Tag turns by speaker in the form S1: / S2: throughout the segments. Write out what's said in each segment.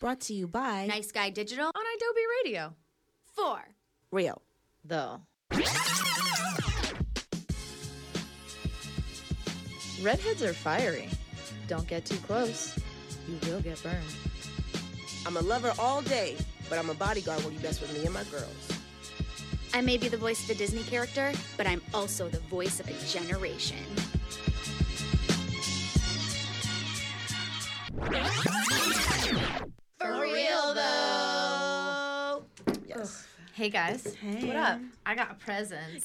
S1: brought to you by
S2: Nice Guy Digital
S3: on Adobe Radio.
S2: Four.
S1: Real.
S3: Though. Redheads are fiery. Don't get too close. You will get burned.
S4: I'm a lover all day, but I'm a bodyguard when you mess with me and my girls.
S2: I may be the voice of a Disney character, but I'm also the voice of a generation. For real though.
S4: Yes.
S3: Hey guys.
S1: Hey.
S3: What up? I got presents.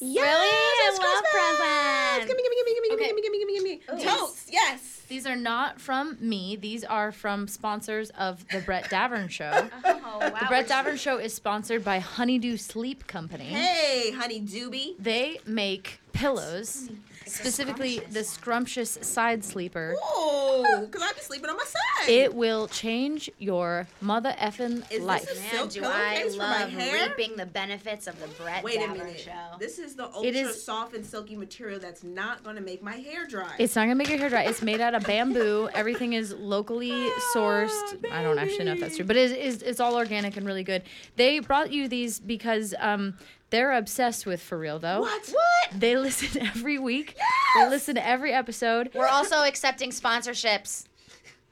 S4: Yes,
S2: Really?
S4: it's
S2: I love
S4: Christmas! Gimme, gimme, gimme, gimme,
S3: Okay.
S4: gimme, gimme, gimme, gimme, gimme.
S3: Yes.
S4: Toast, yes.
S3: These are not from me. These are from sponsors of the Brett Davern Show.
S2: Oh wow.
S3: the Brett Davern Show is sponsored by Honeydew Sleep Company.
S2: Mm-hmm.
S4: Hey, honey doobie.
S3: They make pillows, specifically the scrumptious side sleeper.
S4: Oh, because I've been sleeping on my side.
S3: It will change your mother effing
S4: this
S3: life.
S4: a-
S2: Man,
S4: Silk
S2: do I
S4: pillowcase for my
S2: love
S4: hair?
S2: reaping the benefits of the Brett
S4: Wait a
S2: Davern
S4: minute.
S2: show.
S4: This is the ultra
S3: It is-
S4: soft and silky material that's not going to make my hair dry.
S3: It's not gonna make your hair dry. It's made out of bamboo. Everything is locally sourced. I don't actually know if that's true, but it is it's all organic and really good. They brought you these because um, they're obsessed with for real though.
S4: what? What?
S3: They listen every week. They listen to every episode.
S2: We're also accepting sponsorships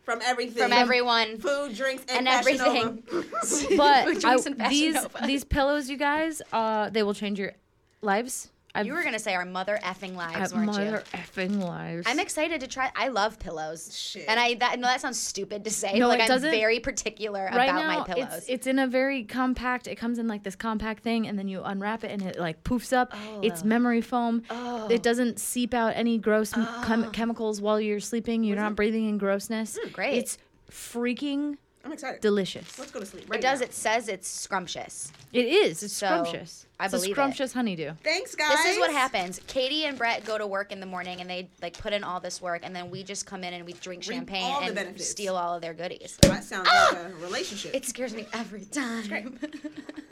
S4: From everything.
S2: from everyone.
S4: Food, drinks, and,
S2: And everything.
S4: everything.
S3: But I,
S2: drinks, and Fashion
S3: these
S2: Nova.
S3: these pillows, you guys, uh, they will change your lives. I've,
S2: You were gonna say our mother effing lives,
S3: I've
S2: weren't you?
S3: mother effing lives.
S2: I'm excited to try. I love pillows.
S4: Shit.
S2: And I that no, that sounds stupid to say.
S3: No,
S2: like
S3: it
S2: I'm
S3: doesn't.
S2: very particular about my pillows.
S3: It's, it's in a very compact. It comes in like this compact thing, and then you unwrap it, and it like poofs up.
S2: Oh.
S3: It's memory foam. It doesn't seep out any gross m-
S2: Oh.
S3: chem- chemicals while you're sleeping. You're not breathing in grossness.
S2: Hmm, great.
S3: It's freaking
S4: I'm excited.
S3: delicious.
S4: Let's go to sleep.
S2: it
S4: right
S2: does.
S4: now.
S2: It says it's scrumptious.
S3: It is. It's
S2: So,
S3: scrumptious.
S2: I
S3: it's a
S2: believe it.
S3: scrumptious honeydew.
S4: Thanks, guys.
S2: This is what happens. Katie and Brett go to work in the morning, and they like put in all this work, and then we just come in and we drink
S4: Reap
S2: champagne
S4: all the
S2: and
S4: benefits.
S2: steal all of their goodies.
S4: That sounds like a relationship.
S2: It scares me every time.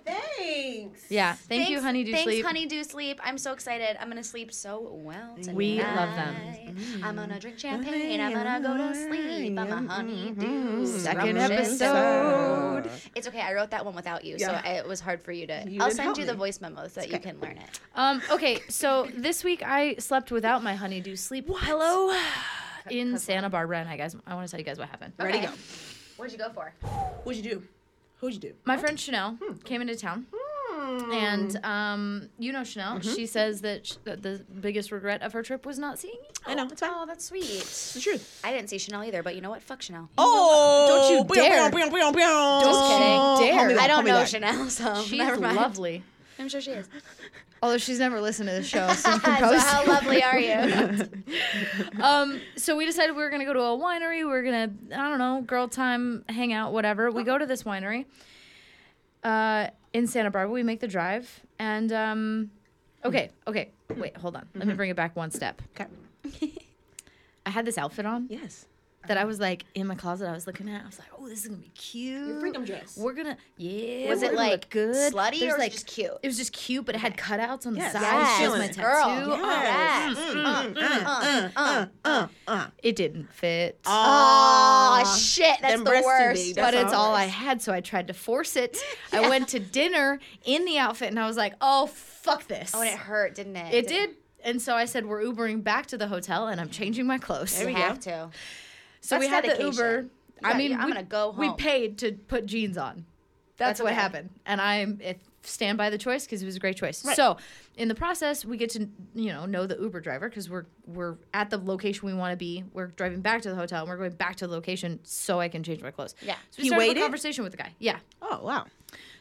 S4: Thanks.
S3: Yeah. Thank you,
S2: Thanks-
S3: honeydew
S2: thanks,
S3: sleep.
S2: honeydew sleep. I'm so excited. I'm gonna sleep so well tonight.
S3: We love them.
S4: Mm.
S2: I'm gonna drink champagne. I'm gonna go to
S4: Mm-hmm.
S2: sleep. I'm a honeydew.
S3: Second
S2: scrumptious.
S3: episode.
S2: It's okay. I wrote that one without you,
S4: Yeah.
S2: so I, it was hard for you to.
S4: You
S2: I'll
S4: didn't
S2: send
S4: help
S2: you the
S4: me.
S2: voice memo so that you can learn it.
S3: Um, okay, so this week I slept without my honeydew sleep pillow in Santa Barbara, and I guys, I want to tell you guys what happened.
S4: Ready,
S2: Okay.
S4: go.
S2: Where'd you go for?
S4: What'd you do? Who'd you do?
S3: My friend Chanel
S2: Hmm.
S3: came into town, and um, you know Chanel. She says that, sh- that the biggest regret of her trip was not seeing you.
S4: I know. It's fine.
S2: Oh, that's sweet.
S4: It's the truth.
S2: I didn't see Chanel either, but you know what? Fuck Chanel.
S4: Oh,
S3: Don't you dare.
S4: Don't you
S3: kidding. Dare.
S2: I don't know Chanel, so
S3: She's
S2: never mind.
S3: lovely,
S2: I'm sure she is.
S3: although she's never listened to the show. So you
S2: so how lovely are you?
S3: um, so we decided we were gonna go to a winery. We were gonna, I don't know, girl time, hang out, whatever. We go to this winery uh, in Santa Barbara. We make the drive, and um, okay, okay, wait, hold on. Let me bring it back one step.
S4: Okay.
S3: I had this outfit on
S4: Yes.
S3: that I was like in my closet. I was looking at. I was like, oh, this is gonna be cute.
S4: Your freedom dress.
S3: We're gonna, yeah.
S2: Was it,
S3: we're gonna look
S2: like,
S3: good?
S2: slutty
S3: There's,
S2: or was it just cute?
S3: It was just cute, but it had cutouts on the
S4: Yes.
S3: side.
S4: Yes.
S3: Shows my
S4: Girl.
S3: tattoo.
S2: Yes.
S3: Oh,
S2: Yes.
S4: Mm, mm, mm, mm, mm.
S3: It didn't fit.
S2: Oh shit, that's
S4: Them
S2: the
S4: breasts too
S2: worst.
S4: big, that's
S3: but it's all I
S4: it is.
S3: had, so I tried to force it. I went to dinner in the outfit, and I was like, "Oh fuck this!"
S2: Oh, and it hurt, didn't it?
S3: It did. And so I said, "We're Ubering back to the hotel, and I'm changing my clothes."
S2: You
S4: we go.
S2: have to.
S3: so we
S2: That's
S3: had
S2: dedication.
S3: the Uber.
S2: Yeah,
S3: I mean,
S2: I'm
S3: we,
S2: gonna go
S3: We
S2: home.
S3: paid to put jeans on. That's,
S2: That's
S3: what
S2: okay.
S3: happened, and I am it, stand by the choice because it was a great choice. So, in the process, we get to you know know the Uber driver because we're we're at the location we want to be. We're driving back to the hotel, and we're going back to the location so I can change my clothes.
S2: Yeah.
S3: so we
S4: He
S3: started up a
S4: waited?
S3: conversation with the guy. Yeah,
S4: Oh, wow.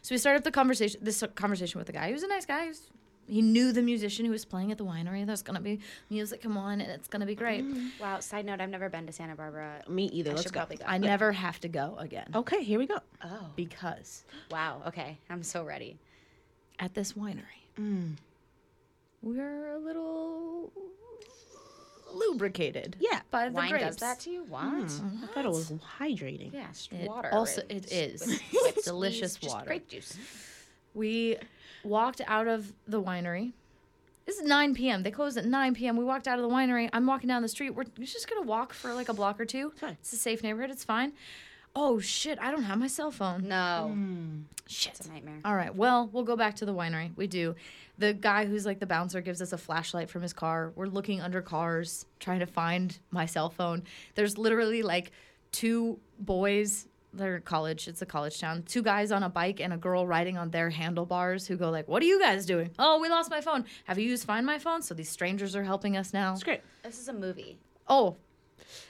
S3: so we started up the conversation. This conversation with the guy. He was a nice guy. He, was, he knew the musician who was playing at the winery. There's gonna be music. Come on, and it's gonna be great.
S2: Wow, side note, I've never been to Santa Barbara.
S4: Me either.
S2: I
S4: Let's
S2: should
S4: go.
S2: probably go.
S3: I never have to go again
S4: Okay, here we go.
S2: oh.
S3: because
S2: Wow, okay. I'm so ready.
S3: at this winery, we're a little lubricated.
S4: Yeah.
S3: by the
S2: Wine
S3: grapes.
S2: does that to you? What?
S4: I
S1: Mm.
S4: thought it was hydrating.
S2: Yeah, it's
S3: It
S2: water.
S3: also,
S2: and
S3: it is
S2: with- with
S3: delicious
S2: squeeze, just
S3: water.
S2: grape juice.
S3: We walked out of the winery. This is 9 p.m. They closed at 9 p.m. We walked out of the winery. I'm walking down the street. We're just gonna walk for like a block or two.
S4: Fine.
S3: It's a safe neighborhood. It's fine. oh shit, I don't have my cell phone.
S2: No,
S3: Shit.
S2: it's a nightmare.
S3: All right. Well, we'll go back to the winery. We do. The guy who's like the bouncer gives us a flashlight from his car. We're looking under cars, trying to find my cell phone. There's literally like two boys. They're college. It's a college town. Two guys on a bike and a girl riding on their handlebars who go like, "What are you guys doing? Oh, we lost my phone. Have you used Find My Phone?" So these strangers are helping us now.
S1: It's great.
S2: This is a movie.
S3: Oh,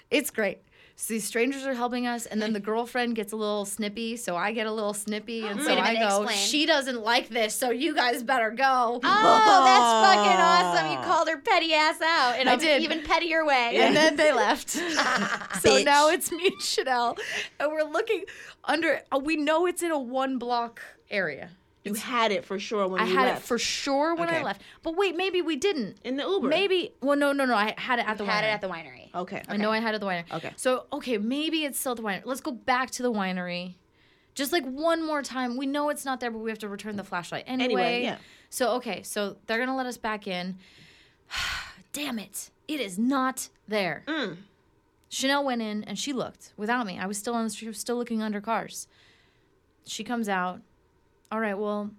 S3: it's great. So these strangers are helping us, and then the girlfriend gets a little snippy, so I get a little snippy, and so
S2: Wait a
S3: I
S2: minute,
S3: go,
S2: explain.
S3: she doesn't like this, so you guys better go.
S2: Oh, that's fucking awesome! You called her petty ass out in
S3: I
S2: an
S3: did.
S2: even pettier way.
S3: And then they left. so now it's me and Chanel, and we're looking under. uh, We know it's in a one block area.
S1: You had it for sure when
S3: I
S1: you
S3: had
S1: left.
S3: it for sure when I
S1: Okay.
S3: left, but wait, maybe we didn't.
S1: in the Uber.
S3: Maybe well, no, no, no. I had it at the
S2: had it
S3: winery.
S2: at the winery.
S1: Okay.
S3: I know I had it at the winery.
S1: Okay.
S3: So okay, maybe it's still at the winery. Let's go back to the winery. Just like one more time. We know it's not there, but we have to return the flashlight anyway.
S1: Anyway, yeah.
S3: So okay, so they're gonna let us back in. Damn it. It is not there.
S1: Mm.
S3: Chanel went in and she looked without me. I was still on the street, still looking under cars. She comes out. All right, well,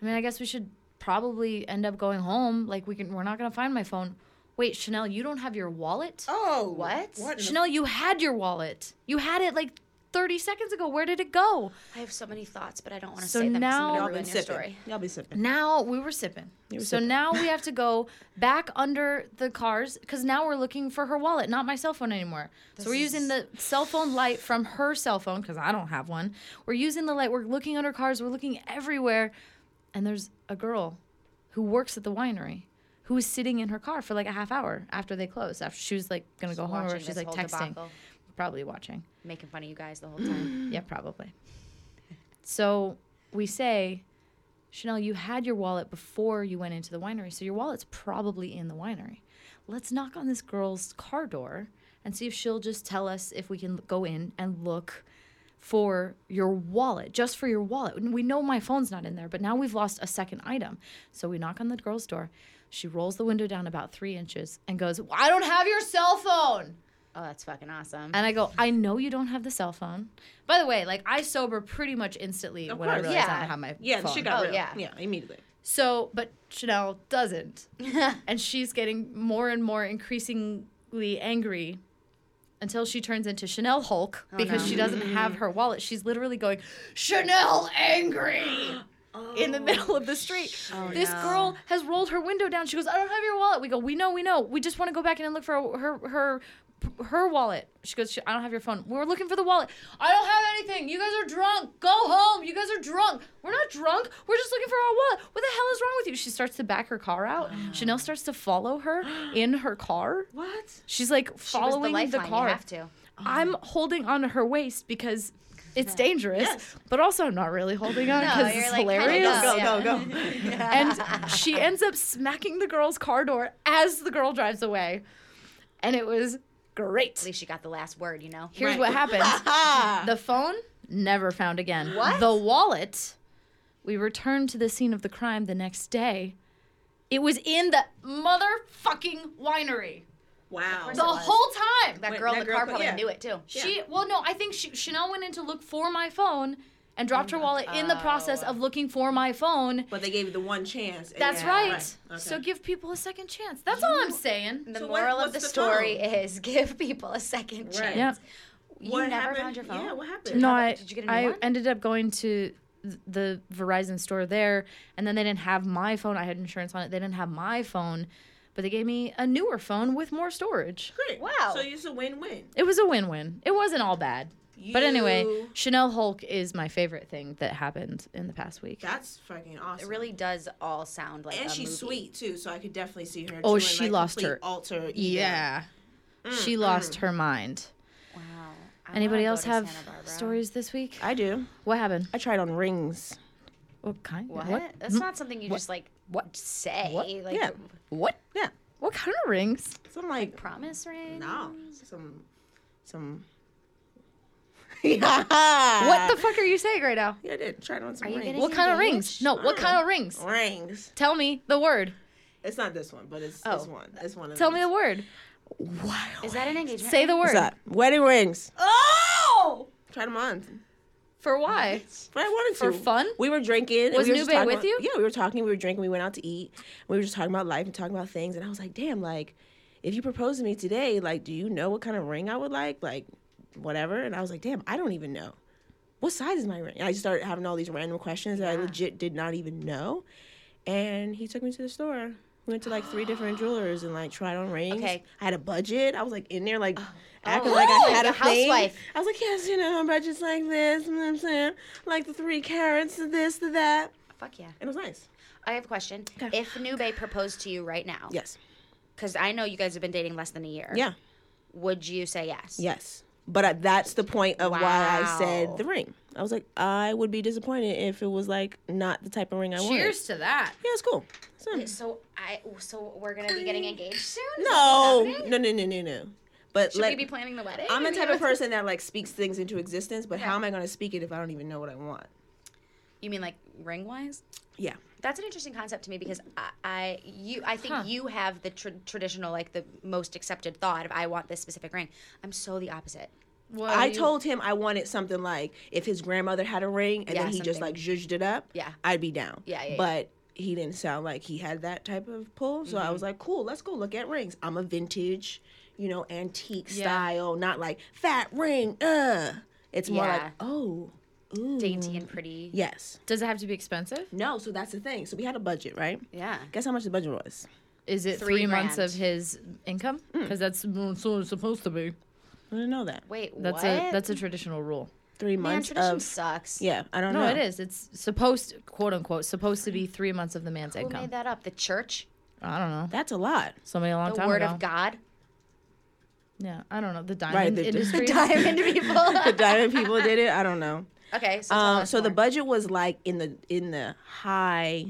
S3: I mean, I guess we should probably end up going home. Like we can we're not gonna find my phone. Wait, Chanel, you don't have your wallet?
S4: Oh,
S2: What?
S4: What? in the-
S3: Chanel, you had your wallet. You had it like 30 seconds ago. Where did it go?
S2: I have so many thoughts, but I don't want to
S3: So
S2: say them. 'cause
S3: now-
S2: I'm
S3: Y'all
S2: gonna
S1: Y'all been
S2: ruin your
S1: sipping.
S2: story.
S1: Y'all been sipping.
S3: Now we were sipping.
S1: You were
S3: so
S1: sipping.
S3: now we have to go back under the cars because now we're looking for her wallet, not my cell phone anymore. so we're using the cell phone light from her cell phone because I don't have one. We're using the light. We're looking under cars. We're looking everywhere. And there's a girl who works at the winery who was sitting in her car for like a half hour after they closed. After she was like going to go home or
S2: Watching
S3: she's
S2: this
S3: like
S2: whole
S3: texting.
S2: debacle,
S3: Probably watching.
S2: making fun of you guys the whole time.
S3: Yeah, probably. So we say, Chanel, you had your wallet before you went into the winery, so your wallet's probably in the winery. Let's knock on this girl's car door and see if she'll just tell us if we can go in and look for your wallet, just for your wallet. And We know my phone's not in there, but now we've lost a second item. So we knock on the girl's door. She rolls the window down about three inches and goes, I don't have your cell phone.
S2: oh, that's fucking awesome.
S3: And I go, I know you don't have the cell phone. By the way, like I sober pretty much instantly when I
S1: course.
S3: realize I
S2: Yeah.
S3: don't have my
S1: Yeah, the
S3: phone.
S1: shit got
S2: Oh,
S1: real.
S2: yeah.
S1: Yeah, immediately.
S3: so, but Chanel doesn't, and she's getting more and more increasingly angry until she turns into Chanel Hulk because she doesn't have her wallet. She's literally going Chanel angry.
S1: Oh.
S3: In the middle of the street,
S2: Oh,
S3: this girl has rolled her window down. She goes, "I don't have your wallet." We go, "We know, we know. We just want to go back in and look for her her her wallet." She goes, "I don't have your phone. We're looking for the wallet. I don't have anything. You guys are drunk. Go home. You guys are drunk. We're not drunk. We're just looking for our wallet. What the hell is wrong with you?" She starts to back her car out. Chanel starts to follow her in her car.
S1: What?
S3: She's like
S2: She was
S3: following the,
S2: lifeline,
S3: car.
S2: You have to.
S3: I'm holding on to her waist because it's dangerous, but also I'm not really holding on
S2: No,
S3: because
S2: you're
S3: it's
S2: like, kinda
S3: hilarious.
S2: dumb.
S1: Go,
S2: Yeah.
S1: go, go.
S3: And she ends up smacking the girl's car door as the girl drives away. And it was
S2: At
S3: great.
S2: least she got the last word, you know.
S3: Here's what happened the phone, never found again.
S2: What?
S3: The wallet, we returned to the scene of the crime the next day. It was in the motherfucking winery
S1: Wow.
S3: the whole time.
S2: That
S1: Wait,
S2: girl in
S1: that
S2: the
S1: girl
S2: car
S1: put-
S2: probably
S1: yeah.
S2: knew it too.
S3: She well no, I think she, Chanel went in to look for my phone and dropped
S1: Oh.
S3: her wallet in the process of looking for my phone.
S1: But they gave you the one chance. and-
S3: That's
S1: Yeah.
S3: right.
S1: Okay.
S3: So give people a second chance. That's all I'm saying.
S2: The
S1: So what-
S2: moral of the,
S1: what's the
S2: story is give people a second chance.
S1: Right.
S3: Yeah.
S2: You
S1: What
S2: never
S1: happened?
S2: found your phone.
S1: Yeah, what happened?
S3: No,
S2: How about-
S3: I
S2: did you get a new
S3: I
S2: one?
S3: ended up going to th- the Verizon store there and then they didn't have my phone. I had insurance on it. They didn't have my phone, but they gave me a newer phone with more storage.
S1: Great.
S2: Wow.
S1: So it's a win-win.
S3: It was a win-win. It wasn't all bad. But anyway,
S1: You-
S3: Chanel Hulk is my favorite thing that happened in the past week.
S1: that's fucking awesome.
S2: It really does all sound like
S1: and
S2: a
S1: she's
S2: movie.
S1: sweet too, so I could definitely see her.
S3: Oh,
S1: doing,
S3: she
S1: like,
S3: lost
S1: complete
S3: her-
S1: alter. ego.
S3: Yeah. she lost her mind.
S2: Wow. I
S3: Anybody
S2: wanna go
S3: else
S2: to
S3: have
S2: Santa Barbara.
S3: stories this week?
S1: I do.
S3: What happened?
S1: I tried on rings.
S3: What kind?
S2: What?
S3: What?
S2: That's not something you just like what say. Like
S1: yeah.
S3: What?
S1: Yeah.
S3: What kind of rings?
S1: Some like
S2: promise ring.
S1: no. Some some.
S2: Uh,
S1: yeah.
S3: What the fuck are you saying right now?
S1: Yeah, I did. Tried on some
S2: Are you
S1: rings.
S2: getting-
S3: What kind of rings?
S2: engaged?
S3: No, what kind of rings?
S1: Rings.
S3: Tell me the word.
S1: It's not this one, but it's
S3: Oh.
S1: this one. It's one of
S3: Tell me
S1: these.
S3: the word.
S2: Is that an engagement?
S3: Say the
S1: What's
S3: word.
S1: that? Wedding rings.
S3: Oh!
S1: Tried them on.
S3: For why?
S1: But I wanted
S3: For
S1: to.
S3: fun?
S1: We were drinking. and
S3: Was
S1: we were just
S3: Nube
S1: talking
S3: with
S1: about-
S3: you?
S1: Yeah, we were talking. We were drinking. We went out to eat. We were just talking about life and talking about things. And I was like, damn, like, if you proposed to me today, like, do you know what kind of ring I would like? Like, whatever. And I was like, damn, I don't even know. What size is my ring? And I just started having all these random questions that I legit did not even know. And he took me to the store. We went to like three different jewelers and like tried on rings.
S2: Okay.
S1: I had a budget. I was like in there like
S3: Oh,
S1: acting Oh, like I had a
S2: Like a
S1: thing.
S2: housewife.
S1: I was like, yes, you know, but just like this, you know what I'm saying? Like the three carrots, the this, the that.
S2: Fuck yeah.
S1: And it was nice.
S2: I have a question. If Nube proposed to you right now,
S1: Yes.
S2: because I know you guys have been dating less than a year,
S1: Yeah.
S2: would you say yes?
S1: Yes. But I, that's the point of why I
S2: Wow.
S1: said the ring. I was like, I would be disappointed if it was like not the type of ring I wanted.
S3: Cheers to that.
S1: Yeah, it's cool. So,
S2: So I so we're gonna be getting engaged soon. Is that
S1: no,
S2: what's happening?
S1: no, no, no, no, no. But
S2: Should
S1: let,
S2: we be planning the wedding?
S1: I'm the type of person that like speaks things into existence. But how am I going to speak it if I don't even know what I want?
S2: You mean like ring wise?
S1: Yeah.
S2: That's an interesting concept to me because I, I you I think you have the tr- traditional like the most accepted thought of I want this specific ring. I'm so the opposite.
S3: What
S1: I
S3: you-
S1: told him I wanted something like if his grandmother had a ring and
S2: Yeah,
S1: then he just like
S2: something.
S1: zhuzhed it up,
S2: Yeah.
S1: I'd be down.
S2: Yeah, yeah, yeah.
S1: But he didn't sound like he had that type of pull. So I was like, cool, let's go look at rings. I'm a vintage, you know, antique
S3: Yeah.
S1: style, not like fat ring, uh. It's more
S2: Yeah.
S1: like, oh, ooh.
S2: Dainty and pretty.
S1: Yes.
S3: Does it have to be expensive?
S1: No, so that's the thing. So we had a budget, right?
S2: Yeah.
S1: Guess how much the budget was?
S3: Is it
S2: Three
S3: three, months
S2: grand.
S3: of his income? Because that's mm, so it's supposed to be.
S1: I didn't know that.
S2: Wait,
S3: That's
S2: what?
S3: a that's a traditional rule.
S1: Three
S2: Man,
S1: months
S2: tradition
S1: of
S2: sucks.
S1: yeah, I don't
S3: No,
S1: know.
S3: it is. It's supposed quote unquote supposed to be three months of the man's
S2: Who
S3: income.
S2: made that up? The church?
S3: I don't know.
S1: That's a lot.
S3: Somebody a long
S2: The
S3: time
S2: word
S3: ago.
S2: of God?
S3: Yeah, I don't know. The diamond
S1: the- the
S3: industry.
S2: Diamond
S1: The
S2: people.
S1: diamond people did it. I don't know.
S2: okay, so tell
S1: Um,
S2: us
S1: so the
S2: more.
S1: budget was like in the in the high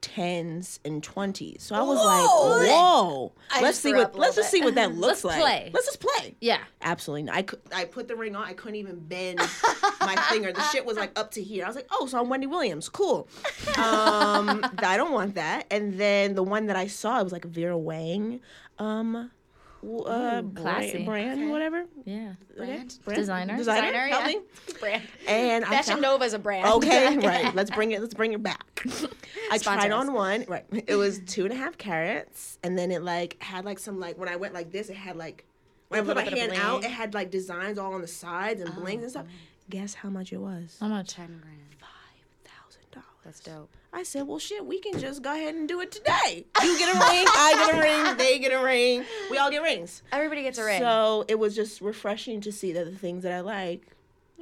S1: tens and twenties. So I was like, whoa.
S2: I
S1: let's
S2: just
S1: see
S2: threw up
S1: what
S2: a
S1: let's
S2: little
S1: just see what that looks
S3: Let's
S1: like.
S3: play.
S1: Let's just play.
S3: Yeah.
S1: Absolutely not. I, cou- I put the ring on. I couldn't even bend my finger. The shit was like up to here. I was like, oh, so I'm Wendy Williams. Cool. Um, I don't want that. And then the one that I saw, it was like Vera Wang, um, w- uh,
S3: classy.
S1: brand, brand whatever.
S3: Yeah.
S2: brand.
S1: Brand? Designer.
S3: Designer?
S2: Designer,
S1: Help
S2: yeah.
S1: me.
S2: brand.
S1: And I
S2: Fashion
S1: found-
S2: Nova is a brand.
S1: Okay, right. Let's bring it. Let's bring it back. I tried
S2: Sponsor us.
S1: on one. Right. It was two and a half carats, and then it like had like some like when I went like this, it had like when I put my
S2: little bit of
S1: hand out, it
S2: bling.
S1: had like designs all on the sides and blings and stuff. Guess how much it was?
S3: How much?
S2: Ten grand.
S1: Thousand dollars.
S2: That's dope.
S1: I said, well, shit, we can just go ahead and do it today. You get a ring, I get a ring, they get a ring, we all get rings.
S2: Everybody gets a ring.
S1: So it was just refreshing to see that the things that I like,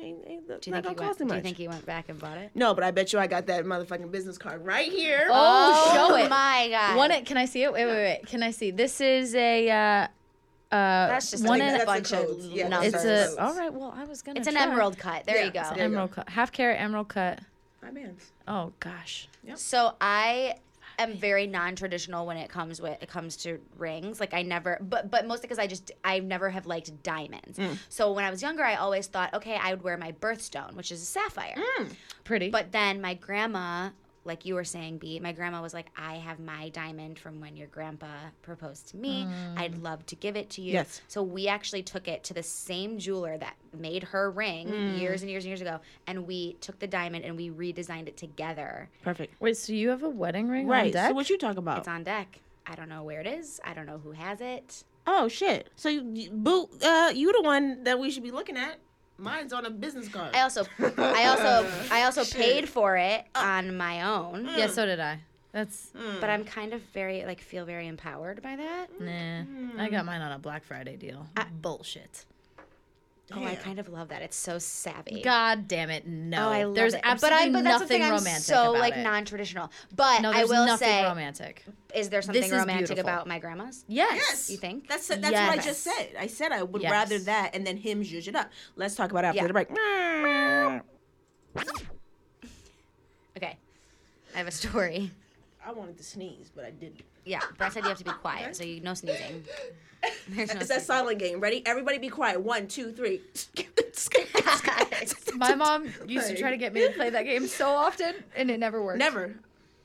S1: ain't, ain't
S2: do you,
S1: not
S2: think he
S1: gonna
S2: went,
S1: cost them
S2: do
S1: much.
S2: you think he went back and bought it?
S1: No, but I bet you I got that motherfucking business card right here.
S3: Oh, show it.
S2: my god.
S3: One. e- Can I see it? Wait, wait, wait. Can I see? This is a. Uh, uh,
S2: That's just
S3: one
S2: like
S3: and
S2: a
S1: That's the
S2: bunch of
S1: codes. Yeah,
S2: numbers.
S1: that's
S3: it's
S1: the
S3: a.
S1: codes.
S3: All right. Well, I was gonna.
S2: It's an
S3: try.
S2: emerald cut. There
S1: Yeah,
S2: you
S1: it's
S2: go.
S1: an There you
S3: Emerald cut. Half carat emerald cut.
S1: My man's.
S3: Oh gosh.
S2: So I am very non-traditional when it comes with it comes to rings. Like I never, but but mostly because I just I never have liked diamonds. So when I was younger, I always thought, okay, I would wear my birthstone, which is a sapphire.
S3: Pretty.
S2: But then my grandma, like you were saying, B, my grandma was like, I have my diamond from when your grandpa proposed to me. I'd love to give it to you.
S1: Yes.
S2: So we actually took it to the same jeweler that made her ring years and years and years ago. And we took the diamond and we redesigned it together.
S1: Perfect.
S3: Wait. So you have a wedding ring on
S1: Right.
S3: deck?
S1: So what you talk about?
S2: It's on deck. I don't know where it is. I don't know who has it.
S1: oh shit. So you, you- boo, uh, you the one that we should be looking at. Mine's on a business card.
S2: I also, I also, I also paid for it on my own.
S3: yeah. So did I. That's.
S2: But I'm kind of very like feel very empowered by that.
S3: Nah.
S2: Mm-hmm.
S3: I got mine on a Black Friday deal. Bullshit.
S2: Oh, I
S1: Damn.
S2: kind of love that. It's so savvy.
S3: God damn it. No.
S2: Oh, I love
S3: there's
S2: it.
S3: absolutely
S2: but I, but that's the
S3: nothing
S2: thing, I'm
S3: romantic
S2: So
S3: about
S2: like
S3: it.
S2: non-traditional. But
S3: no,
S2: I
S3: there's
S2: will
S3: nothing
S2: say,
S3: romantic.
S2: is there something
S3: is
S2: romantic
S3: beautiful.
S2: about my grandma's?
S3: Yes.
S1: Yes.
S2: You think?
S1: That's that's what I just
S3: Yes.
S1: said. I said I would
S3: Yes.
S1: rather that and then him zhuzh it up. Let's talk about it after
S2: Yeah.
S1: the break. I
S2: okay. I have a story.
S1: wanted to sneeze, but I didn't.
S2: Yeah, Brad said you have to be quiet, so you no sneezing. There's no
S1: It's that silent game. Ready? Everybody be quiet. One, two, three.
S3: My mom used to try to get me to play that game so often, and it never worked.
S1: Never.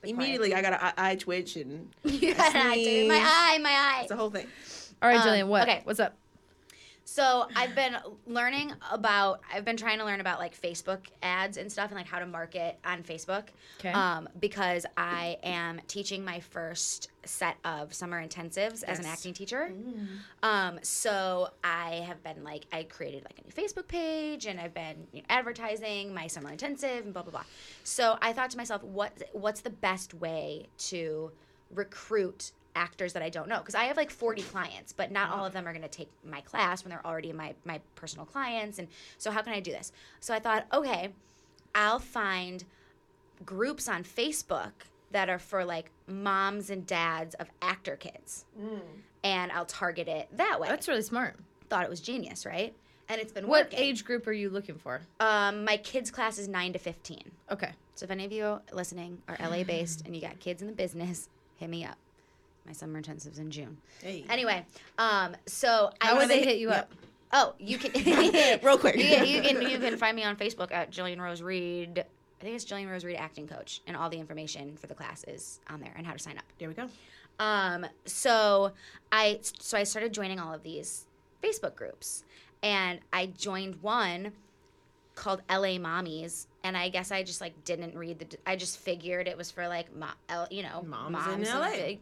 S1: Immediately, I got an eye, eye twitch and
S2: sneezing. my
S1: sneeze.
S2: eye, my eye.
S1: it's a whole thing.
S3: All right, Jillian, what?
S2: Um, okay.
S3: What's up?
S2: So I've been learning about, I've been trying to learn about like Facebook ads and stuff and like how to market on Facebook.
S3: 'Kay.
S2: Um, because I am teaching my first set of summer intensives as an acting teacher. Um, so I have been like, I created like a new Facebook page and I've been you know, advertising my summer intensive and blah, blah, blah. So I thought to myself, what, what's the best way to recruit actors that I don't know because I have like 40 clients, but not all of them are going to take my class when they're already my my personal clients and so how can I do this? So I thought, okay, I'll find groups on Facebook that are for like moms and dads of actor kids. And I'll target it that way.
S3: That's really smart.
S2: thought it was genius, right? And it's been
S3: What
S2: working.
S3: age group are you looking for?
S2: Um, my kids class is 9 to 15.
S3: Okay.
S2: So if any of you listening are LA based and you got kids in the business, hit me up. My summer intensive's in June.
S1: Hey.
S2: Anyway, um, so
S3: How
S2: was
S3: would they hit you up?
S2: Oh, you can
S1: Real quick.
S2: Yeah, you can you can find me on Facebook at Jillian Rose Reed. I think it's Jillian Rose Reed Acting Coach, and all the information for the class is on there and how to sign up.
S1: There we go.
S2: Um, so I so I started joining all of these Facebook groups, and I joined one called LA Mommies, and I guess I just like didn't read the. I just figured it was for like mo- L, you know
S1: Moms in LA.
S2: big-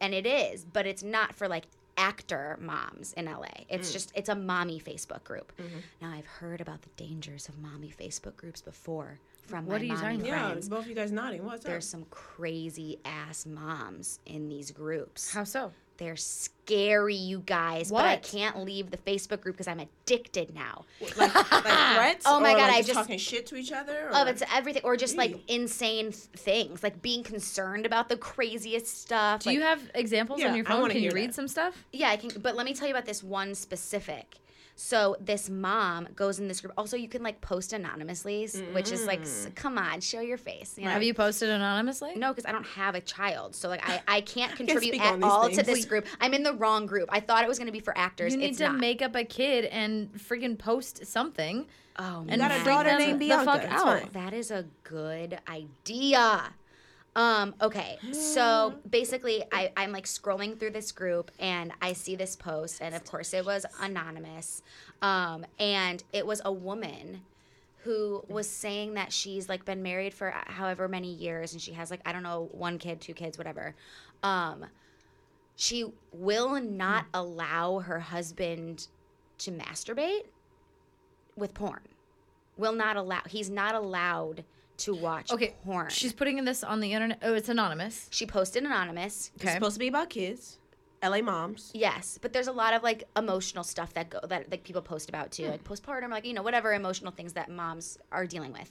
S2: and it is, but it's not for like actor moms in LA.
S1: Mm.
S2: It's just it's a mommy Facebook group.
S1: Mm-hmm.
S2: Now I've heard about the dangers of mommy Facebook groups before from my
S3: What are you
S2: mommy
S3: talking about?
S1: Yeah,
S2: friends.
S1: both of you guys nodding. What's up?
S2: There's some crazy ass moms in these groups.
S3: How so?
S2: They're scary, you guys. But I
S3: What?
S2: can't leave the Facebook group because I'm addicted now.
S1: like, like threats?
S2: Oh my
S1: or
S2: God,
S1: like
S2: I
S1: just
S2: just-
S1: talking shit to each other.
S2: Of
S1: or-
S2: Oh, it's everything, or just like
S1: Ew.
S2: insane th- things, like being concerned about the craziest stuff.
S3: Do
S2: like-
S3: you have examples
S1: Yeah,
S3: on your
S1: I
S3: phone?
S1: wanna
S3: Can you
S1: hear
S3: read
S1: that.
S3: some stuff?
S2: Yeah, I can. But let me tell you about this one specific. So this mom goes in this group. Also, you can like post anonymously, s- which is like,
S3: Mm.
S2: s- come on, show your face. You know?
S3: Have you posted anonymously?
S2: No, because I don't have a child, so like I, I can't contribute
S1: speak on
S2: at
S1: these
S2: all to
S1: things.
S2: this group. I'm in the wrong group. I thought it was going to be for actors.
S3: You need
S2: it's
S3: to
S2: not.
S3: make up a kid and freaking post something.
S2: oh,
S3: and
S1: got a
S3: freak
S1: daughter
S3: them
S1: named
S3: the
S1: Bianca.
S3: fuck
S1: It's
S3: out.
S1: fine.
S2: That is a good idea. Um, okay, so basically, I, I'm like scrolling through this group and I see this post, and of course, it was anonymous. Um, and it was a woman who was saying that she's like been married for however many years and she has like, I don't know, one kid, two kids, whatever. Um, she will not
S3: Hmm.
S2: allow her husband to masturbate with porn. Will not allow. He's not allowed to watch
S3: Okay,
S2: porn.
S3: she's putting this on the internet. Oh, it's anonymous.
S2: she posted anonymous.
S1: It's
S3: Okay.
S1: supposed to be about kids, LA moms.
S2: Yes, but there's a lot of like emotional stuff that go that like people post about
S3: Hmm.
S2: too, like postpartum, like you know whatever emotional things that moms are dealing with.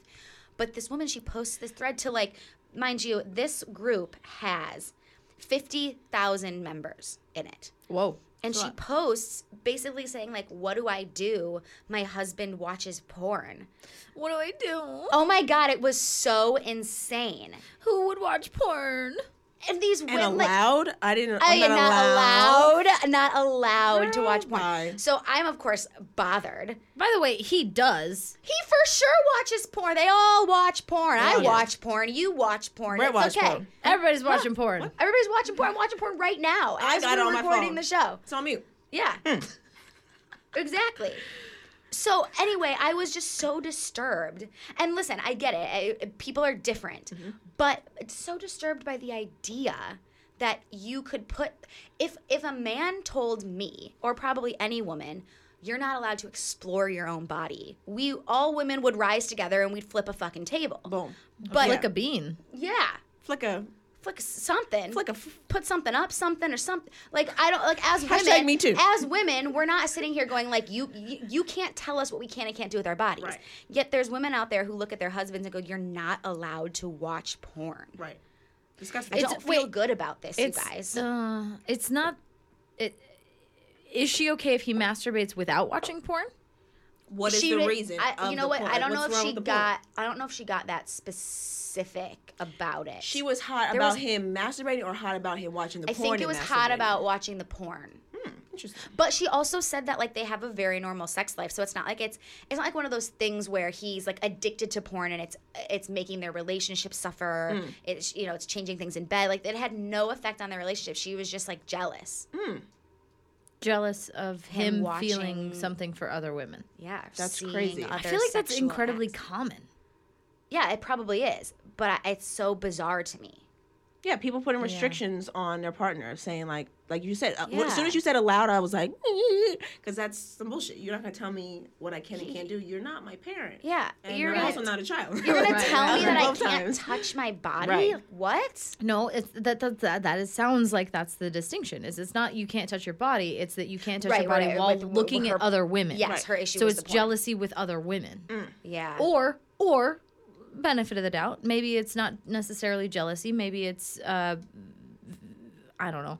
S2: But this woman, she posts this thread to like, mind you, this group has fifty thousand members in it.
S3: Whoa.
S2: and she posts basically saying like what do i do my husband watches porn
S3: What do I do?
S2: oh my god it was so insane
S3: Who would watch porn?
S2: and these women
S1: And
S2: like Oh,
S1: allowed? I didn't.
S2: I
S1: I'm
S2: am
S1: not, allowed.
S2: not allowed to watch porn.
S1: bye.
S2: So I'm of course bothered.
S3: By the way, he does.
S2: He for sure watches porn. They all watch porn. I
S1: Oh, Yeah.
S2: watch porn. You watch porn.
S1: Brett
S2: it's
S1: watched
S2: okay.
S1: porn.
S3: Everybody's watching porn.
S2: Everybody's watching porn. I'm watching porn right now.
S1: I
S2: as
S1: got it
S2: we're
S1: on my
S2: recording
S1: phone.
S2: the show.
S1: It's on mute.
S2: Yeah. exactly. So anyway, I was just so disturbed. And listen, I get it. I, people are different. But it's so disturbed by the idea that you could put if if a man told me or probably any woman you're not allowed to explore your own body. We all women would rise together and we'd flip a fucking table.
S1: Boom.
S2: But
S3: Like a bean.
S2: yeah,
S1: Flick a
S2: flick something.
S1: flick a. F-
S2: put something up, something or something. Like I don't like as women.
S1: Hashtag me too.
S2: As women, we're not sitting here going like you, you. You can't tell us what we can and can't do with our bodies.
S1: Right.
S2: Yet there's women out there who look at their husbands and go, "You're not allowed to watch porn."
S1: right. Disgusting.
S2: I
S1: It's,
S2: don't feel good about this, you
S3: It's,
S2: guys.
S3: Uh, it's not. It, is she okay if he masturbates without watching porn?
S1: what is
S2: She
S1: the
S2: did-
S1: reason?
S2: I,
S1: of
S2: you know
S1: the
S2: what?
S1: porn?
S2: I don't
S1: What's
S2: know
S1: wrong
S2: if she
S1: with the porn?
S2: got. I don't know if she got that specific about it.
S1: She was hot
S2: There
S1: about
S2: was-
S1: him masturbating or hot about him watching the
S2: I
S1: porn.
S2: think it
S1: and
S2: was hot
S1: masturbating?
S2: about watching the porn.
S1: Interesting.
S2: But she also said that like they have a very normal sex life, so it's not like it's it's not like one of those things where he's like addicted to porn and it's it's making their relationship suffer.
S3: Mm.
S2: It's you know
S3: Mm.
S2: it's changing things in bed. Like it had no effect on their relationship. She was just like jealous.
S3: jealous of
S2: Him
S3: him,
S2: watching-
S3: feeling something for other women.
S2: Yeah, or
S1: That's
S2: seeing
S1: crazy. I
S3: I
S2: other
S3: feel like that's
S2: sexual
S3: incredibly
S2: acts.
S3: common.
S2: yeah, it probably is, but I, it's so bizarre to me.
S1: Yeah, people putting restrictions on their partner, saying like, like you said, uh, wh- as soon
S2: Yeah.
S1: as you said aloud, I was like, because that's some bullshit. You're not gonna tell me what I can and can't do. You're not my parent.
S2: Yeah,
S1: and
S2: you're
S1: you're,
S2: gonna,
S1: also not a child.
S2: you're gonna
S3: Right,
S2: tell
S3: right,
S2: me
S3: right.
S2: that I
S1: Both
S2: can't
S1: times.
S2: touch my body?
S1: Right.
S2: What?
S3: No, it's that that that, that is, sounds like that's the distinction. Is it's not you can't touch your body; it's that you can't touch
S2: Right,
S3: your body
S2: right,
S3: while
S2: with- with
S3: looking
S2: her-
S3: at other women.
S2: Yes, her issue.
S3: So
S2: was
S3: it's Oh.
S2: the point. Mm.
S3: jealousy with other women,
S2: Yeah.
S3: or or benefit of the doubt. Maybe it's not necessarily jealousy. Maybe it's uh, I don't know.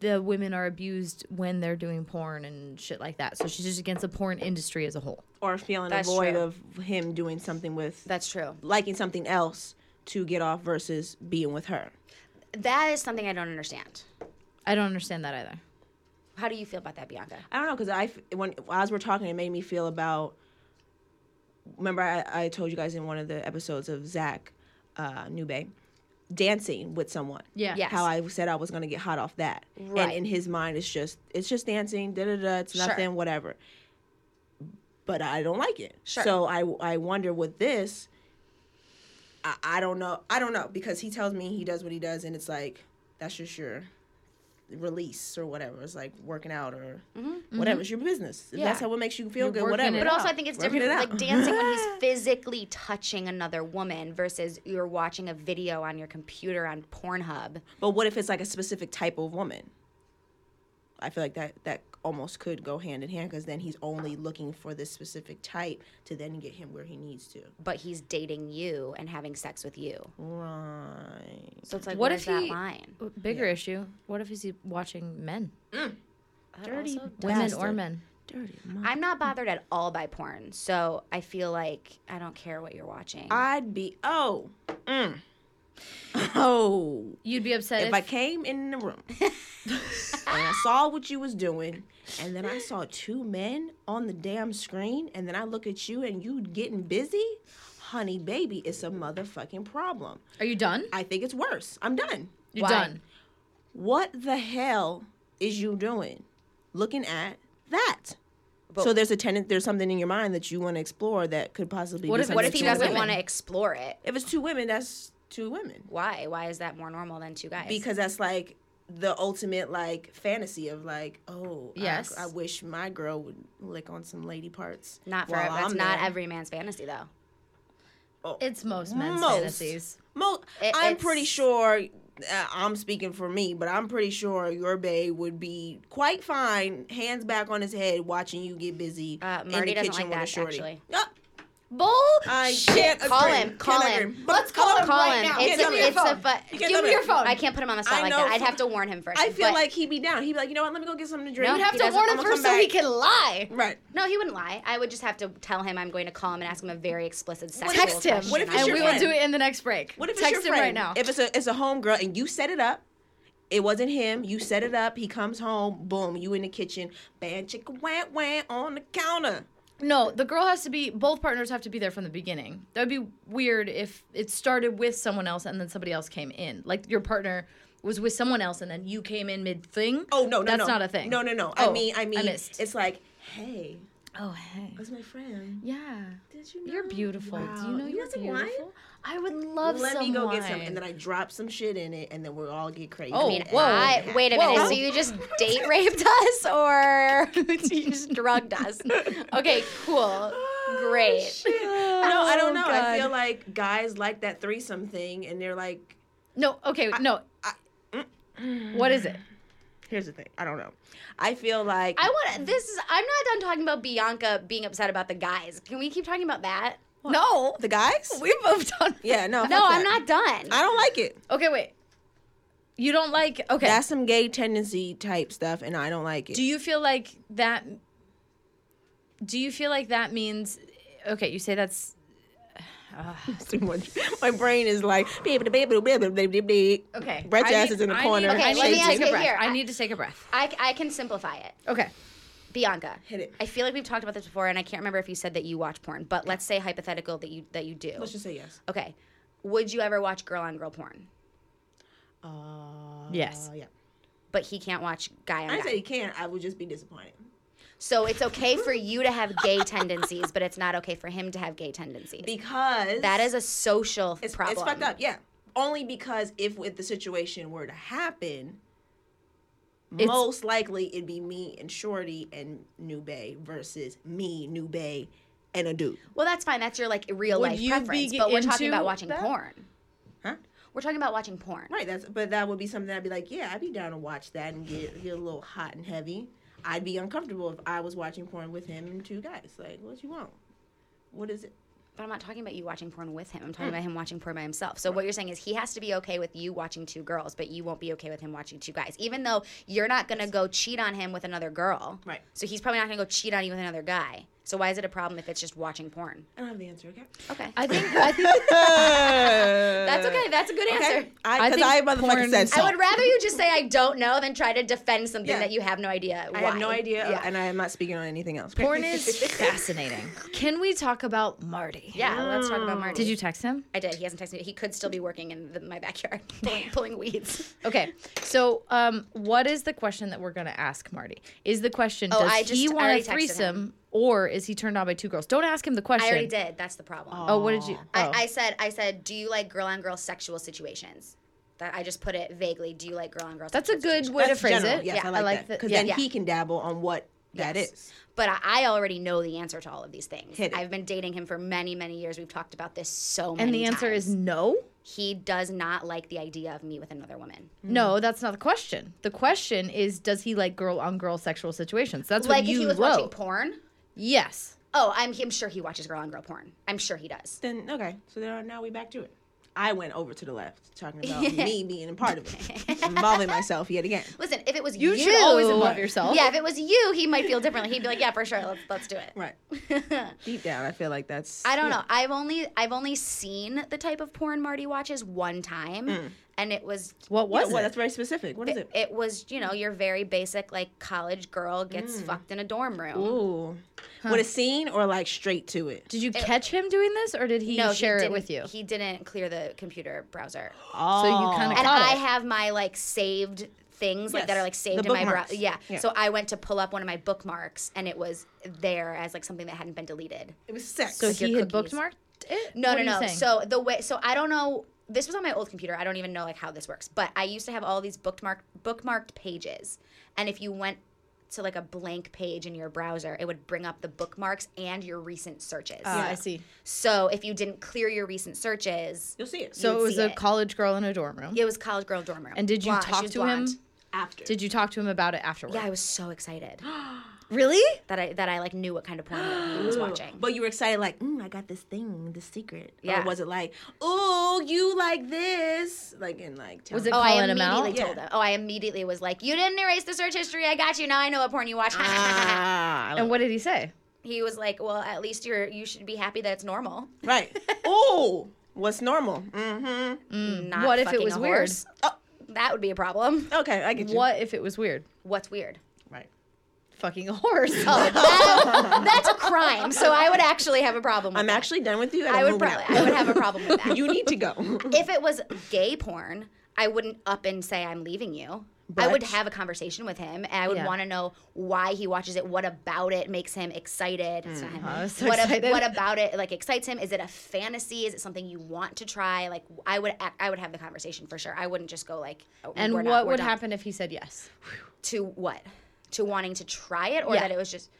S3: The women are abused when they're doing porn and shit like that. So she's just against the porn industry as a whole.
S1: or feeling a
S2: That's
S1: void
S2: true.
S1: of him doing something with
S2: That's true.
S1: liking something else to get off versus being with her.
S2: That is something I don't understand.
S3: I don't understand that either.
S2: How do you feel about that, Bianca?
S1: I don't know because I f- when as we're talking, it made me feel about. Remember, I, I told you guys in one of the episodes of Zach uh, Nube dancing with someone.
S3: Yeah.
S2: Yeah.
S1: How I said I was gonna get hot off that, and
S2: Right.
S1: in his mind, it's just it's just dancing, da da da, it's
S2: Sure.
S1: nothing, whatever. But I don't like it.
S2: Sure.
S1: So I I wonder with this. I, I don't know. I don't know because he tells me he does what he does, and it's like that's just your release or whatever. It's like working out or whatever. It's your business. If That's
S2: Mm-hmm. Yeah.
S1: how it makes you feel
S3: You're
S1: good.
S3: working
S1: Whatever.
S3: it
S2: But
S3: out.
S2: also, I think it's
S1: Working
S2: different,
S1: it out.
S2: like dancing when he's physically touching another woman versus you're watching a video on your computer on Pornhub.
S1: But what if it's like a specific type of woman? I feel like that that almost could go hand in hand because then he's only looking for this specific type to then get him where he needs to.
S2: but he's dating you and having sex with you.
S1: Right.
S2: So it's like, what
S3: What if
S2: is that
S3: he-
S2: line?
S3: W- Bigger issue. What if he's e, watching men,
S2: Dirty.
S3: women or
S1: Bastard.
S3: men?
S1: Dirty.
S2: I'm not bothered at all by porn, so I feel like I don't care what you're watching.
S1: I'd be oh, mm. oh.
S3: You'd be upset
S1: If I came in the room and I saw what you was doing, and then I saw two men on the damn screen, and then I look at you and you getting busy, honey, baby, it's a motherfucking problem.
S3: Are you done?
S1: I think it's worse. I'm done.
S3: You're
S2: Why?
S3: done.
S1: What the hell is you doing looking at that? so
S2: But-
S1: there's a tenant, there's something in your mind that you want to explore that could possibly
S3: What
S1: be
S3: if it's
S2: what
S1: something
S2: if he
S1: two
S2: doesn't
S1: women.
S2: want to explore it?
S1: If it's two women, that's two women.
S2: Why? Why is that more normal than two guys?
S1: because that's like the ultimate like fantasy of like oh I-
S3: Yes.
S1: I, wish my girl would lick on some lady parts
S2: not for
S1: while
S2: that's
S1: I'm
S2: not
S1: there.
S2: every man's fantasy though.
S3: It's most men's
S1: Most.
S3: fantasies.
S1: Mo-
S2: It-
S1: I'm
S2: it's-
S1: pretty sure uh, I'm speaking for me but I'm pretty sure your bae would be quite fine hands back on his head watching you get busy
S2: Uh,
S1: in
S2: Marty
S1: the
S2: doesn't
S1: kitchen
S2: like
S1: with a
S2: that,
S1: shorty
S2: actually.
S1: Ah,
S3: Bull.
S1: I
S2: Shit,
S1: can't
S2: call
S1: agree.
S2: him,
S1: Can't
S2: call him.
S1: agree. But
S3: Let's call him
S2: Call
S3: right
S2: him.
S3: now.
S2: It's
S1: Give
S2: a,
S1: me your
S2: it's a
S1: phone.
S2: fu-
S1: You can't
S2: give
S1: tell
S2: me
S1: me.
S2: your phone. I can't put him on the spot
S1: I
S2: like
S1: know
S2: that. I'd
S1: for-
S2: have to warn him first.
S1: I feel
S2: but-
S1: like he'd be down he'd be like you know what let me go get something to drink
S2: No,
S3: You'd have
S2: he
S3: to
S2: doesn't-
S3: warn
S2: I'm
S3: him
S2: gonna
S3: first
S2: come
S3: so he
S2: back.
S3: can lie.
S1: right
S2: no, he wouldn't lie. I would just have to tell him I'm going to call him and ask him a very explicit sexual
S3: Text him.
S2: question.
S1: What if it's
S2: I
S3: and
S1: your
S3: we
S1: friend?
S3: will do it in the next break.
S1: What if
S3: Text
S1: it's your
S3: him
S1: friend?
S3: right now.
S1: If it's a it's a homegirl and you set it up, it wasn't him. You set it up. He comes home. Boom. You in the kitchen. Bam. Chicka wah wah on the counter.
S3: no, the girl has to be. Both partners have to be there from the beginning. That would be weird if it started with someone else and then somebody else came in. Like your partner was with someone else and then you came in mid thing.
S1: Oh no no
S3: that's
S1: no.
S3: not a thing.
S1: No no no. I
S3: Oh,
S1: mean I mean
S3: missed.
S1: it's like hey,
S3: oh hey.
S1: it's my friend.
S3: Yeah.
S1: Did you? Know?
S3: You're beautiful. Do you
S1: Wow.
S3: know you are
S1: want some wine?
S3: beautiful? I would love
S1: Let
S3: some
S1: me go
S3: wine.
S1: get some, and then I drop some shit in it, and then we'll all get crazy.
S3: Oh,
S1: And
S3: whoa.
S2: I-
S1: happy.
S2: wait a
S3: Whoa.
S2: minute. So you just date raped us, or you just drugged us? Okay, cool, great.
S1: No, I don't
S3: Oh,
S1: know.
S3: God.
S1: I feel like guys like that threesome thing, and they're like,
S3: No, okay, no. what is it?
S1: here's the thing. I don't know. I feel like
S2: I want this. Is, I'm not done talking about Bianca being upset about the guys. Can we keep talking about that?
S3: No,
S1: the guys.
S3: we moved on.
S1: Yeah, no.
S2: No,
S1: fuck
S2: I'm
S1: that.
S2: not done.
S1: I don't like it.
S3: Okay, wait. You don't like. Okay.
S1: That's some gay tendency type stuff, and I don't like it.
S3: do you feel like that? Do you feel like that means? Okay, you say that's.
S1: too much? My brain is like, baby, baby, baby, baby, baby.
S3: Okay.
S1: Brett's
S3: I
S1: ass
S3: need-
S1: is in the
S3: I
S1: corner.
S3: Need,
S2: Okay,
S3: I
S2: let
S3: need
S2: me
S3: to take
S2: ask
S3: a
S2: it
S3: breath.
S2: here.
S3: I need to take a breath.
S2: I, I can simplify it.
S3: Okay.
S2: Bianca,
S1: Hit it.
S2: I feel like we've talked about this before, and I can't remember if you said that you watch porn. But let's say hypothetical that you that you do.
S1: Let's just say yes.
S2: Okay, would you ever watch girl on girl porn?
S1: Uh,
S3: Yes.
S1: Yeah.
S2: but he can't watch guy on
S1: I
S2: guy.
S1: didn't say he can't. I would just be disappointed.
S2: so it's okay for you to have gay tendencies, but it's not okay for him to have gay tendencies.
S1: Because
S2: that is a social
S1: it's,
S2: problem.
S1: it's fucked up. Yeah. Only because if with the situation were to happen,
S3: It's-
S1: most likely it'd be me and Shorty and New Bay versus me, New Bay, and a dude.
S2: Well, that's fine. That's your like real
S3: Would
S2: life
S3: you
S2: preference.
S3: be
S2: But we're talking
S3: into
S2: about watching
S3: that?
S2: porn.
S1: Huh?
S2: We're talking about watching porn.
S1: Right. That's but that would be something I'd be like, yeah, I'd be down to watch that and get get a little hot and heavy. I'd be uncomfortable if I was watching porn with him and two guys. Like, what you want? What is it?
S2: But I'm not talking about you watching porn with him. I'm
S1: Hmm.
S2: talking about him watching porn by himself. So what you're saying is he has to be okay with you watching two girls, but you won't be okay with him watching two guys, even though you're not gonna go cheat on him with another girl.
S1: Right.
S2: So he's probably not gonna go cheat on you with another guy. So why is it a problem if it's just watching porn?
S1: I don't have the answer. Okay.
S2: Okay.
S3: I think I think
S2: that's okay. That's a good answer.
S1: Uh, Okay. I
S3: I
S1: because
S3: think
S1: I, motherfucking
S3: porn-
S1: said so.
S2: I would rather you just say I don't know than try to defend something
S1: Yeah.
S2: that you have no idea.
S1: I have no
S2: why.
S1: idea,
S2: Yeah.
S1: and I am not speaking on anything else.
S3: porn is fascinating. Can we talk about Marty?
S2: yeah, let's talk about Marty.
S3: Did you text him?
S2: I did. He hasn't texted me. He could still be working in the, my backyard pulling, pulling weeds.
S3: Okay. So, um, what is the question that we're going to ask Marty? Is the question
S2: Oh,
S3: does
S2: I
S3: he
S2: just- I
S3: want
S2: already
S3: a
S2: texted him.
S3: threesome or is he turned on by two girls? Don't ask him the
S2: I
S3: question.
S2: already did. That's the problem.
S3: Oh, what did you? oh.
S2: I, I said, I said, do you like girl on girl sexual situations? That I just put it vaguely. Do you like girl on girl?
S3: That's a good way
S1: That's
S3: to phrase
S1: general.
S3: it.
S1: Yes,
S2: Yeah,
S1: I like, that.
S3: that.
S1: Because
S3: Yeah.
S1: then he can dabble on what that is.
S2: Yes. But I, I already know the answer to all of these things.
S1: Hit it.
S2: I've been dating him for many, many years. We've talked about this so many.
S3: and the answer is
S2: times.
S3: no.
S2: he does not like the idea of me with another woman.
S3: No, that's not the question. The question is, does he like girl on girl sexual situations? That's
S2: Like
S3: what you
S2: if he was watching
S3: wrote.
S2: porn.
S3: yes.
S2: Oh, I'm, I'm sure he watches girl on girl porn. I'm sure he does.
S1: Then okay, so there are, now we back to it. I went over to the left, talking about me being a part of it, involving myself yet again.
S2: Listen, if it was
S3: You,
S2: you,
S3: should always involve yourself.
S2: Yeah, if it was you, he might feel differently. He'd be like, yeah, for sure, let's let's do it.
S1: Right. Deep down, I feel like that's.
S2: I don't
S1: yeah.
S2: know. I've only I've only seen the type of porn Marty watches one time,
S3: Mm.
S2: and it was
S3: What was
S1: Yeah, well,
S3: it?
S1: that's very specific. What is
S2: it,
S1: it?
S2: was you know your very basic like college girl gets
S3: Mm.
S2: fucked in a dorm room.
S1: Ooh. What a scene, or like straight to it.
S3: Did you catch him doing this, or did he
S2: No, he
S3: share it
S2: didn't-
S3: with you?
S2: He didn't clear the computer browser,
S1: Oh.
S3: so you kind of
S2: and
S3: caught
S2: I
S3: it.
S2: have my like saved things like that
S1: Yes,
S2: are like saved
S1: the
S2: in my
S1: bookmarks.
S2: browser. Yeah.
S1: Yeah.
S2: So I went to pull up one of my bookmarks, and it was there as like something that hadn't been deleted.
S1: Oh, It was sex.
S3: so
S2: like your
S3: he had
S2: cookies.
S3: bookmarked it.
S2: No,
S3: What are you
S2: no, no.
S3: saying?
S2: So the way, so I don't know. This was on my old computer. I don't even know like how this works. But I used to have all these bookmarked bookmarked pages, and if you went to like a blank page in your browser, it would bring up the bookmarks and your recent searches.
S3: Ah, I see.
S2: So if you didn't clear your recent searches,
S1: You'll see it.
S3: So
S2: would
S3: it was
S2: see
S3: a
S2: it.
S3: college girl in a dorm room.
S2: it was college girl dorm room.
S3: And did you
S2: Blonde.
S3: talk
S2: She's
S3: to him?
S2: blonde.
S1: after.
S3: Did you talk to him about it afterward?
S2: Yeah, I was so excited
S3: really?
S2: that I that I like knew what kind of porn that he was watching.
S1: But you were excited, like, mm, I got this thing, this secret. Or
S2: Yeah.
S1: was it like, ooh, you like this? Like, and like, tell
S3: Was
S1: me.
S3: it
S2: Oh, I
S3: calling him out?
S2: immediately told
S1: Yeah.
S2: him. Oh, I immediately was like, "You didn't erase the search history. I got you. Now I know what porn you watch."
S1: Ah, I
S3: And what did he say?
S2: he was like, "Well, at least you're you should be happy that it's normal."
S1: Right. Oh, what's normal? Mm-hmm.
S2: Not
S3: What if it
S2: fucking
S3: was
S2: a
S3: weird?
S2: horse. Oh, that would be a problem.
S1: Okay, I get you.
S3: What if it was weird?
S2: What's weird?
S1: Right.
S3: Fucking a horse.
S2: Oh, that- that's a crime. So I would actually have a problem. with
S1: I'm
S2: that.
S1: actually done with you. And
S2: I
S1: I
S2: would probably. I would have a problem with that.
S1: you need to go.
S2: if it was gay porn, I wouldn't up and say I'm leaving you. I
S1: But-
S2: would have a conversation with him, and I would
S3: Yeah.
S2: want to know why he watches it. What about it makes him excited? It's not him.
S3: Mm-hmm. I was so
S2: what, ab-
S3: excited.
S2: what about it like excites him? Is it a fantasy? Is it something you want to try? Like I would, ac- I would have the conversation for sure. I wouldn't just go like. oh,
S3: and
S2: we're
S3: what
S2: not- we're
S3: would
S2: done.
S3: happen if he said yes?
S2: to what? To wanting to try it, or
S3: Yeah.
S2: that it was just.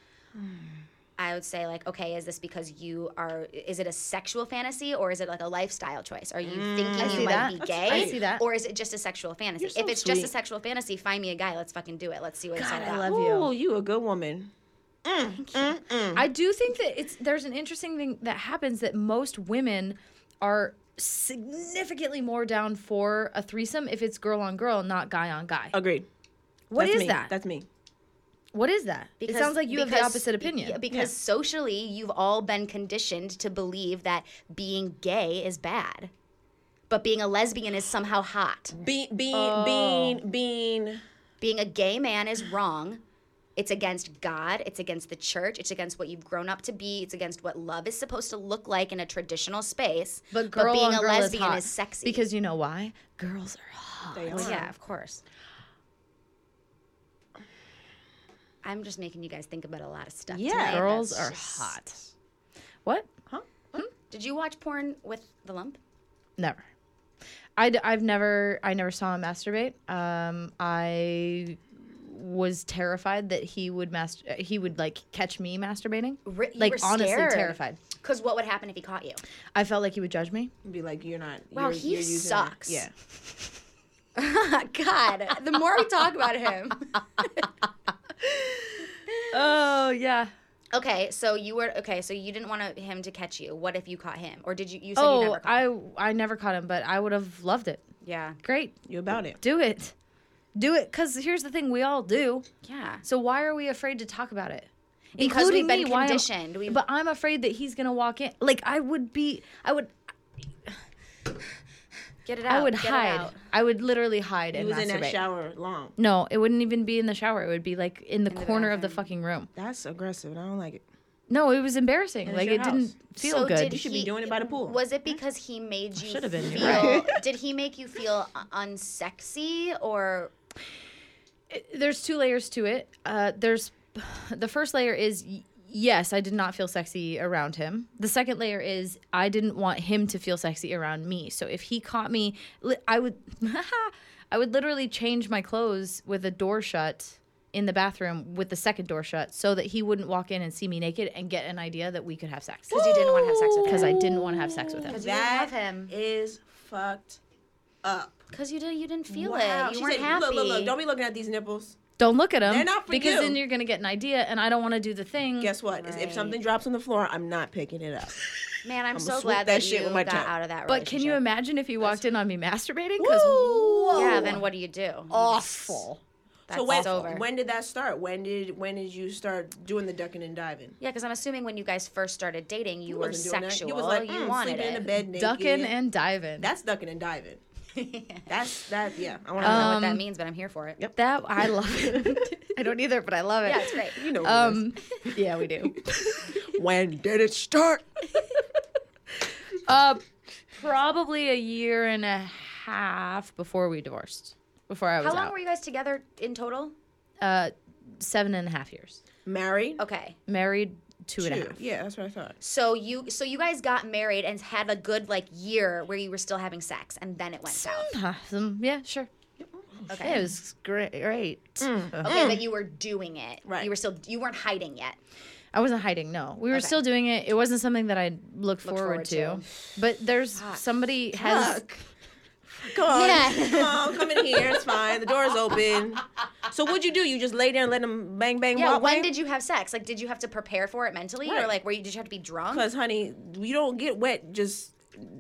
S2: I would say like, okay, is this because you are? Is it a sexual fantasy, or is it like a lifestyle choice? Are you thinking
S3: Mm, see
S2: you might
S3: that.
S2: be
S3: That's-
S2: gay?
S3: I see that.
S2: Or is it just a sexual fantasy?
S1: so
S2: if it's
S1: sweet.
S2: just a sexual fantasy, find me a guy. Let's fucking do it. Let's see what it's all about.
S1: Ooh, you a good woman.
S2: Hmm.
S3: I do think that it's there's an interesting thing that happens that most women are significantly more down for a threesome if it's girl on girl, not guy on guy.
S1: Agreed.
S3: What
S1: That's
S3: is
S1: me.
S3: that?
S1: That's me.
S3: what is that? it sounds like you have the
S2: because-
S3: opposite opinion.
S2: yeah, because socially, you've all been conditioned to believe that being gay is bad, but being a lesbian is somehow hot.
S1: Bean, bean, bean, bean.
S2: being a gay man is wrong. It's against God. It's against the church. It's against what you've grown up to be. It's against what love is supposed to look like in a traditional space.
S3: but girl
S2: being
S3: on
S2: a
S3: girl
S2: lesbian
S3: is, hot.
S2: sexy.
S3: Because you know why? Girls are hot.
S1: They
S2: Well,
S1: are.
S2: yeah, of course. I'm just making you guys think about a lot of stuff.
S1: Yeah.
S2: tonight.
S3: Girls
S2: That's
S3: are
S2: just-
S3: hot. What?
S1: Huh?
S2: Did you watch porn with the lump?
S3: Never. I have never I never saw him masturbate. Um, I was terrified that he would mast- he would like catch me masturbating.
S2: Re- you
S3: like
S2: were
S3: honestly
S2: scared.
S3: terrified.
S2: Because what would happen if he caught you?
S3: I felt like he would judge me.
S1: Be like, you're not.
S2: Wow,
S1: you're,
S2: he
S1: you're using it.
S2: sucks.
S1: Yeah.
S2: God, the more we talk about him.
S3: Oh yeah.
S2: Okay, so you were okay. So you didn't want to, him to catch you. What if you caught him, or did you? You said you
S3: Oh,
S2: never caught.
S3: I I never caught him, but I would have loved it.
S2: yeah,
S3: Great.
S1: You about it.
S3: Do it. Do it cuz here's the thing we all do.
S2: yeah.
S3: So why are we afraid to talk about it?
S2: Because we've been
S3: why am-
S2: conditioned. We've-
S3: but I'm afraid that he's gonna walk in. Like I would be, I would,
S2: Get it out.
S3: I would
S2: get it
S3: hide.
S2: out.
S3: I would literally hide
S1: He
S3: and
S1: was in that
S3: masturbate.
S1: shower long.
S3: No, it wouldn't even be in the shower. It would be like in the corner of the
S2: bathroom.
S3: fucking room.
S1: That's aggressive, and I don't like it.
S3: No, it was embarrassing.
S1: it's
S3: like
S1: your
S3: it didn't
S1: house.
S3: feel
S2: So
S3: good.
S2: did
S1: You should be
S2: he-
S1: doing it by the pool.
S2: Was it because he made you
S3: should've been,
S2: feel?
S3: you're
S2: Did he make you feel u- unsexy or?
S3: there's two layers to it. Uh, there's the first layer is y- yes, I did not feel sexy around him. The second layer is I didn't want him to feel sexy around me. So if he caught me, li- I would I would literally change my clothes with a door shut in the bathroom with the second door shut so that he wouldn't walk in and see me naked and get an idea that we could have sex
S2: Because you didn't want to have sex with him.
S3: because I didn't want to have sex with him.
S2: Because you didn't
S1: That
S2: love him.
S1: is fucked up.
S2: Because you didn't. You didn't feel
S1: Wow.
S2: it.
S1: She
S2: You weren't
S1: said,
S2: happy.
S1: Look, look, look, don't be looking at these nipples.
S3: Don't look at him
S1: They're not for
S3: because
S1: you.
S3: then you're going to get an idea and I don't want to do the thing.
S1: Guess what? Is- If
S2: Right.
S1: something drops on the floor, I'm not picking it up.
S2: Man, I'm, so
S1: swoop
S2: glad
S1: that
S2: that,
S1: shit
S2: you
S1: with my
S2: got
S1: tongue.
S2: out of that.
S3: But can you
S2: relationship.
S3: imagine if he walked in on me masturbating? Because
S2: Yeah. Then what do you do?
S3: awful.
S2: That's
S1: So when,
S2: it's over.
S1: when did that start? When did when did you start doing the ducking and diving?
S2: yeah, because I'm assuming when you guys first started dating, you, were
S1: wasn't doing that.
S2: sexual.
S1: You was like
S2: you
S1: mm,
S2: wanted
S1: sleeping
S2: it.
S1: in the bed naked.
S3: Ducking and diving.
S1: that's ducking and diving. That's that. Yeah, I want
S2: I
S1: to
S2: don't know
S1: know.
S2: what that means, but I'm here for it.
S1: Yep.
S3: that I love it. I don't either, but I love it.
S2: Yeah, it's great.
S1: You know. what it
S3: Um, yeah, we do.
S1: is. when did it start?
S3: Uh, probably a year and a half before we divorced. Before I was
S2: How long
S3: out.
S2: were you guys together in total?
S3: uh, seven and a half years.
S1: Married.
S2: Okay.
S3: Married two and a half.
S1: Two. Yeah, that's what I thought.
S2: So you so you guys got married and had a good like year where you were still having sex and then it went south.
S3: Awesome. Yeah, sure.
S2: Okay. Mm.
S3: It was great. Great.
S2: Okay, but you were doing it.
S1: Right.
S2: You were still you weren't hiding yet.
S3: I wasn't hiding. No, we were still doing it. It wasn't something that I looked, forward,
S2: forward
S3: to.
S2: to.
S3: But there's somebody has.
S1: Fuck. Come on,
S2: Yeah.
S1: come on, come in here. It's fine. The door's open. So what'd you do? You just lay there and let them bang bang.
S2: Yeah.
S1: walk
S2: when
S1: in?
S2: did you have sex? Like, did you have to prepare for it mentally, or
S1: Right.
S2: like, were you did you have to be drunk?
S1: Because, honey, you don't get wet just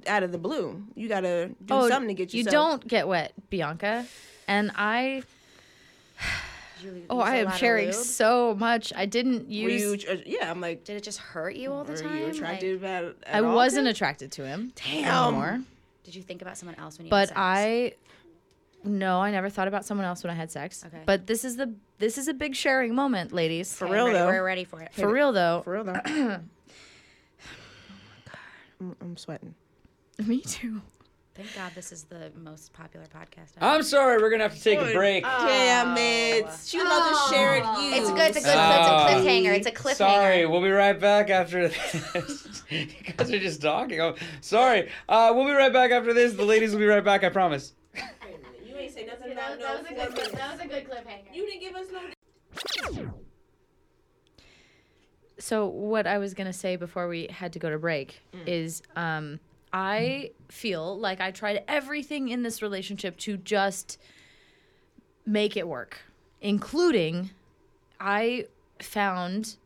S1: out of the blue. You gotta do
S2: Oh,
S1: something to get
S3: Oh, you
S1: yourself.
S3: don't get wet, Bianca. And I,
S2: Did you
S3: oh,
S2: use
S3: I
S2: a
S3: am
S2: lot of
S3: sharing
S2: lube?
S3: so much. I didn't
S1: Were
S3: use.
S1: you, uh, yeah, I'm like,
S2: Did it just hurt you all the
S1: were
S2: time?
S1: you
S2: Like,
S1: attracted at, at
S3: I
S1: all
S3: wasn't
S1: to-
S3: attracted to him
S1: Damn.
S3: anymore.
S2: did you think about someone else when you? had
S3: But
S2: sex?
S3: I, no, I never thought about someone else when I had sex.
S2: Okay.
S3: But this is the this is a big sharing moment, ladies. For,
S2: Okay,
S1: real,
S2: I'm ready,
S1: though.
S2: we're ready for it.
S3: real though,
S1: For real though. oh my god, I'm, I'm sweating.
S3: me too.
S2: Thank God this is the most popular podcast. ever.
S5: I'm sorry, we're gonna have to take a break.
S1: Uh, Damn it! She loves to share it. You.
S2: It's a good. It's a good.
S1: Oh.
S5: Ah.
S2: it's a cliffhanger. It's a cliffhanger.
S5: Sorry, we'll be right back after this. you guys are just talking. Oh, sorry, uh, we'll be right back after this. The ladies will be right back. I promise.
S1: You ain't say nothing about no. four minutes.
S2: was a good cliffhanger.
S1: You didn't give us no.
S3: so what I was gonna say before we had to go to break is um, I feel like I tried everything in this relationship to just make it work, including I found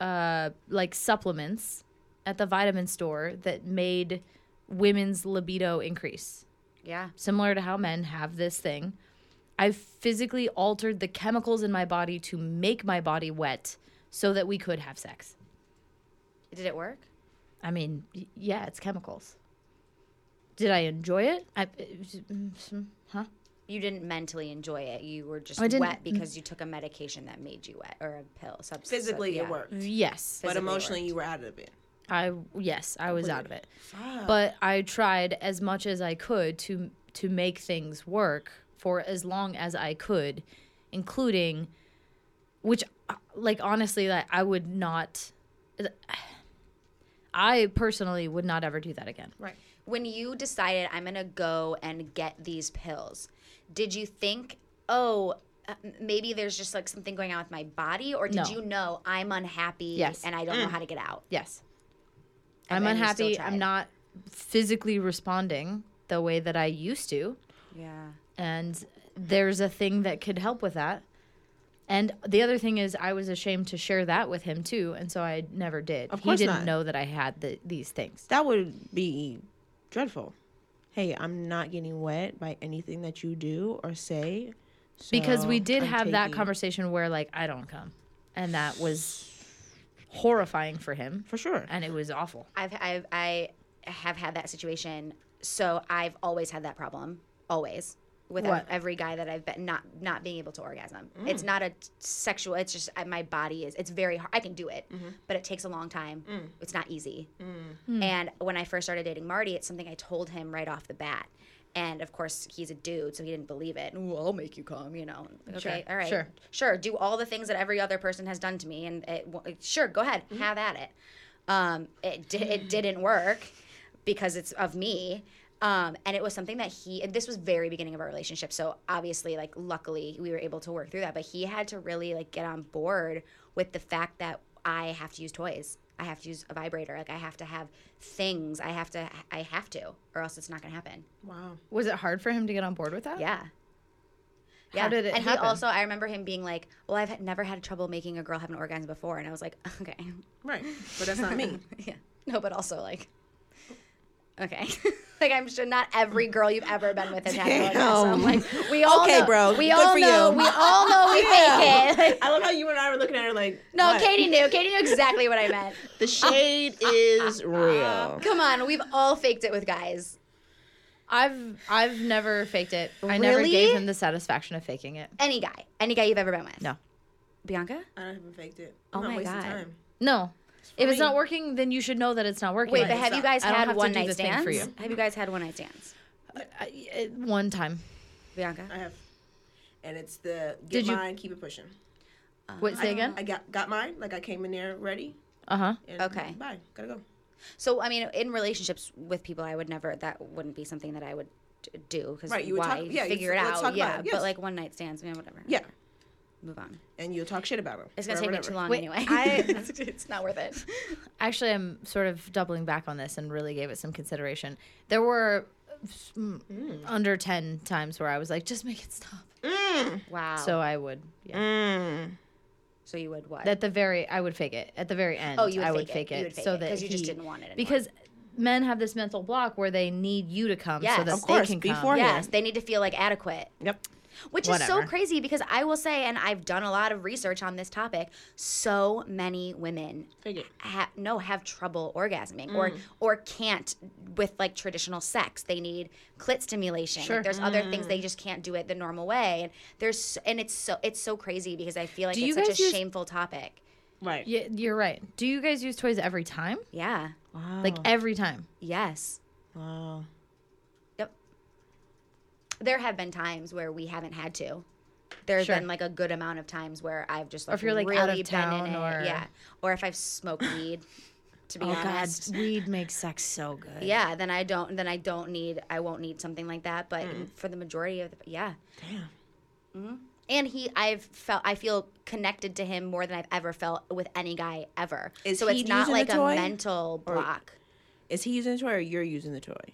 S3: uh, like supplements at the vitamin store that made women's libido increase
S2: Yeah.
S3: similar to how men have this thing. I physically altered the chemicals in my body to make my body wet so that we could have sex.
S2: Did it work?
S3: I mean, y- yeah, it's chemicals. Did I enjoy it? I, it was- mm, mm, huh?
S2: You didn't mentally enjoy it. You were just
S3: I didn't-
S2: wet because you took a medication that made you wet or a pill. Substance.
S1: Physically,
S2: yeah.
S1: it worked,
S3: Yes.
S1: but
S2: Physically
S1: emotionally,
S2: worked.
S1: you were out of it.
S3: I yes, I was out of it. But I tried as much as I could to to make things work for as long as I could, including which uh, like honestly that I would not I personally would not ever do that again. Right.
S2: when you decided I'm gonna go and get these pills, did you think, oh, uh, m- maybe there's just like something going on with my body, or did
S3: No.
S2: you know I'm unhappy
S3: Yes.
S2: and I don't
S1: Mm.
S2: know how to get out?
S3: Yes.
S2: And
S3: I'm
S2: then you still
S3: unhappy.
S2: try
S3: I'm
S2: it.
S3: not physically responding the way that I used to.
S2: Yeah.
S3: and there's a thing that could help with that. And the other thing is, I was ashamed to share that with him too, and so I never did.
S1: Of
S3: he
S1: course
S3: didn't
S1: not.
S3: know that I had the, these things.
S1: That would be dreadful. Hey, I'm not getting wet by anything that you do or say. so
S3: Because we did
S1: I'm
S3: have that
S1: taking-
S3: conversation where, like, I don't come, and that was horrifying for him,
S1: for sure.
S3: and it was awful.
S2: I've, I've I have had that situation. So I've always had that problem, always with ev-
S3: What? Mm.
S2: every guy that I've been not not being able to orgasm. It's not a sexual. It's just uh, my body is. It's very hard. I can do it,
S3: Mm-hmm.
S2: but it takes a long time.
S3: Mm.
S2: It's not easy. And when I first started dating Marty, it's something I told him right off the bat. And of course, he's a dude, so he didn't believe it. Well, I'll make you come, you know. Okay, all right,
S3: sure.
S2: sure. Do all the things that every other person has done to me, and it, w- sure, go ahead,
S3: Mm-hmm.
S2: have at it um, it di-
S3: Hmm.
S2: it didn't work because it's of me. Um, and it was something that he and this was very beginning of our relationship. So obviously, like luckily, we were able to work through that. But he had to really like get on board with the fact that I have to use toys. I have to use a vibrator. Like I have to have things. I have to. I have to, or else it's not gonna happen.
S1: Wow.
S3: Was it hard for him to get on board with that?
S2: Yeah.
S3: Oh. How did it
S2: and
S3: happen?
S2: he also, I remember him being like, "Well, I've had- never had trouble making a girl have an orgasm before," and I was like, "Okay,
S1: Right. But that's not me.
S2: yeah. No, but also like, okay, like I'm sure not every girl you've ever been with has had an orgasm.
S1: Damn.
S2: Like we all
S1: Okay,
S2: know,
S1: bro.
S2: We
S1: Good
S2: all
S1: for
S2: know.
S1: you.
S2: We all know we fake it.
S1: I love how you and I were looking at her like,
S2: no,
S1: what?
S2: Katie knew. Katie knew exactly what I meant.
S1: The shade is real.
S2: Come on, we've all faked it with guys,
S3: I've I've never faked it. I never
S2: Really?
S3: gave him the satisfaction of faking it.
S2: any guy, any guy you've ever been with.
S3: No.
S2: Bianca.
S1: I haven't faked it.
S2: I'm Oh not my wasting God. time.
S3: No. If
S1: free.
S3: it's not working, then you should know that it's not working.
S2: Wait, but have you guys
S3: I don't
S2: had
S3: have to
S2: one
S3: do
S2: night
S3: the thing
S2: stands?
S3: for you.
S2: Have you guys had one night stands,
S3: I- I- uh, one time.
S2: Bianca?
S1: I have. And it's the get
S3: Did you-
S1: mine, keep it pushing.
S2: Uh,
S3: What say again?
S1: I got got mine. Like I came in there ready.
S3: Uh huh.
S1: And
S2: Okay.
S1: Bye. Gotta go.
S2: So I mean, in relationships with people, I would never. That wouldn't be something that I would d- do because
S1: Right, you would
S2: why
S1: talk- yeah, you
S2: figure it
S1: f- let's
S2: out
S1: talk about
S2: yeah
S1: it,
S2: but
S1: yes.
S2: like one night stands man whatever
S1: Yeah.
S2: move on
S1: And you'll talk shit about him.
S2: It's gonna
S1: forever and ever.
S2: take me too long
S3: Wait,
S2: anyway.
S3: I-
S2: it's, it's not worth it.
S3: Actually, I'm sort of doubling back on this and really gave it some consideration. There were mm, under 10 times where I was like, just make it stop.
S2: Wow. So,
S3: So I would, yeah.
S2: you would what?
S3: At the very, I would fake it. At the very end,
S2: Uh-huh. Oh, you would
S3: I would
S2: fake it.
S3: fake it.
S2: You would fake
S3: so
S2: it,
S3: that
S2: 'cause you just
S3: he-
S2: didn't want it anymore.
S3: Because men have this mental block where they need you to come so
S2: Yes.
S3: that
S2: Of
S1: course,
S3: they can
S1: before-
S3: come.
S2: yes, they need to feel like adequate,
S1: Yep.
S2: which is so
S3: Whatever.
S2: crazy because I will say, and I've done a lot of research on this topic. So many women
S1: Fake it.
S2: ha- no have trouble orgasming or or can't with like traditional sex. They need clit stimulation. Like,
S3: Sure.
S2: there's other things they just can't do it the normal way. And there's and it's so it's so crazy because I feel like
S3: Do
S2: it's
S3: you
S2: such a
S3: guys use-
S2: shameful topic.
S1: Right.
S3: Yeah, you're right. Do you guys use toys every time?
S2: Yeah.
S1: Wow.
S2: Oh.
S3: Like every time?
S2: Yes.
S1: wow.
S2: Yep. There have been times where we haven't had to. There have
S3: Sure.
S2: been like a good amount of times where I've just like,
S3: if you're, like,
S2: really
S3: out of
S2: been
S3: town
S2: in it.
S3: or- Oh,
S2: yeah, or if I've smoked weed. To be honest,
S3: weed makes sex so good.
S2: yeah, then I don't. Then I don't need. I won't need something like that. But for the majority of the, yeah. Damn. hmm And he, I've felt. I feel connected to him more than I've ever felt with any guy ever.
S1: Is
S2: so
S1: he
S2: it's not
S1: using the
S2: like a
S1: toy?
S2: mental block.
S1: Is he using the toy or you're using the toy?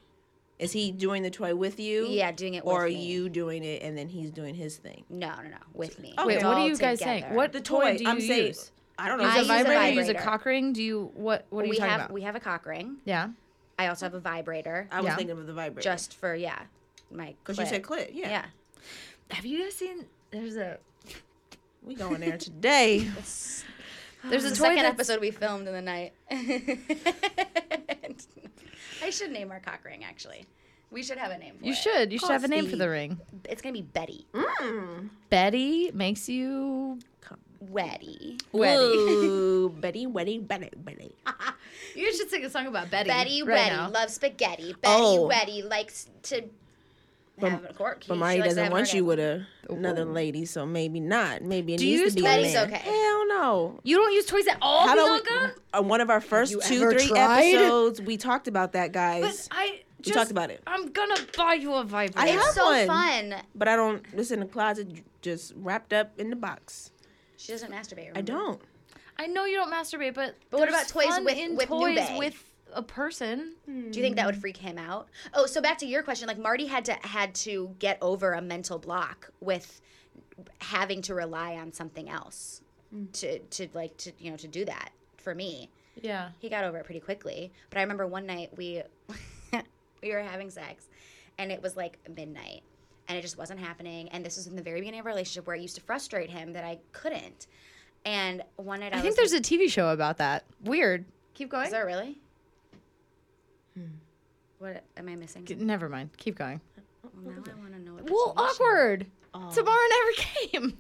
S1: Is he doing the toy with you?
S2: Yeah, doing it with
S1: Or are
S2: me.
S1: you doing it and then he's doing his thing?
S2: no, no, no, with me.
S1: Okay.
S3: Wait,
S2: It's
S3: what
S2: all
S3: are you guys saying?
S2: together.
S3: What toy do you
S1: I'm saying-
S3: use?
S1: I don't know.
S2: Use
S3: Use
S2: I
S3: a
S2: use a
S3: vibrator, use a
S2: vibrator.
S3: cock ring. Do you what? What are
S2: we
S3: you talking
S2: have?
S3: about?
S2: We have a cock ring.
S3: yeah,
S2: I also have a vibrator.
S1: I was
S3: Yeah.
S1: thinking of the vibrator.
S2: just for yeah, my
S1: because you
S2: clit.
S1: said clit. Yeah.
S2: yeah.
S3: Have you guys seen? There's a
S1: We going there today.
S3: there's a
S2: The
S3: toy
S2: second
S3: that's-
S2: episode we filmed in the night. I should name our cock ring actually. We should have a name. For
S3: You
S2: it.
S3: should. You should have a name for
S1: Coffee.
S3: the ring.
S2: It's gonna be Betty.
S3: Betty makes you.
S2: Weddy.
S1: Ooh, Betty, Betty, Betty, Betty.
S3: You should sing a song about Betty.
S2: Betty Weddy
S3: right now.
S2: loves spaghetti. Betty
S1: Oh.
S2: Weddy likes to. have a court.
S1: But
S2: She
S1: Marty
S2: likes to
S1: doesn't
S2: have her
S1: want you
S2: name.
S1: with a, another lady, so maybe not. Maybe it
S3: Do you
S1: needs
S3: use
S1: to be a
S3: That
S2: is
S1: man.
S2: okay. Oh,
S1: Hell no.
S3: You don't use toys at all,
S1: How about
S3: Bianca?
S1: we, on one of our first
S6: you
S1: two,
S6: ever
S1: three
S6: tried?
S1: episodes, we talked about that, guys.
S3: But I
S1: We
S3: just,
S1: talked about it.
S3: I'm gonna buy you a vibrator.
S1: I have
S2: It's so
S1: one.
S2: fun.
S1: But I don't. It's in the closet, j- just wrapped up in the box.
S2: She doesn't masturbate.
S1: I
S2: remember?
S1: don't.
S3: I know you don't masturbate, but
S2: But what
S3: there's
S2: about toys
S3: fun
S2: with-
S3: in
S2: with
S3: toys
S2: Nube?
S3: with a person?
S2: Do you think that would
S3: Mm.
S2: freak him out? Oh, so back to your question, like Marty had to had to get over a mental block with having to rely on something else
S3: Mm.
S2: to to like to you know to do that for me.
S3: Yeah.
S2: He got over it pretty quickly, but I remember one night we we were having sex and it was like midnight and it just wasn't happening and this was in the very beginning of our relationship where it used to frustrate him that I couldn't. And one night I,
S3: I think
S2: was
S3: there's
S2: like,
S3: a TV show about that. Weird. Keep going.
S2: Is there really?
S3: Hmm.
S2: What am I missing?
S3: Never mind. Keep going.
S2: Well, Oh, now I want to know. What
S3: Well,
S2: percentage-
S3: awkward.
S1: Oh.
S3: Tomorrow never came.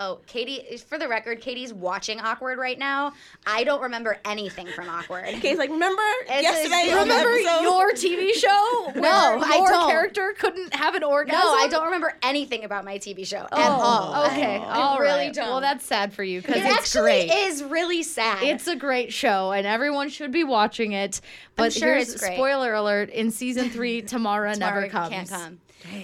S2: Oh, Katie. For the record, Katie's watching Awkward right now. I don't remember anything from Awkward.
S1: Katie's like, remember yesterday? on the
S3: Remember
S1: episode?"
S3: your TV show? Where
S2: No, I
S3: your
S2: don't.
S3: character couldn't have an orgasm.
S2: No, I don't remember anything about my TV show at all.
S3: Oh,
S2: I
S3: Okay, all
S2: Oh, really
S3: right.
S2: don't.
S3: Well, that's sad for you because
S2: it
S3: it's
S2: actually
S3: great.
S2: is really sad.
S3: It's a great show, and everyone should be watching it. But
S2: sure
S3: here's
S2: it's great.
S3: spoiler alert: in season three, Tamara, never comes.
S2: Can't come.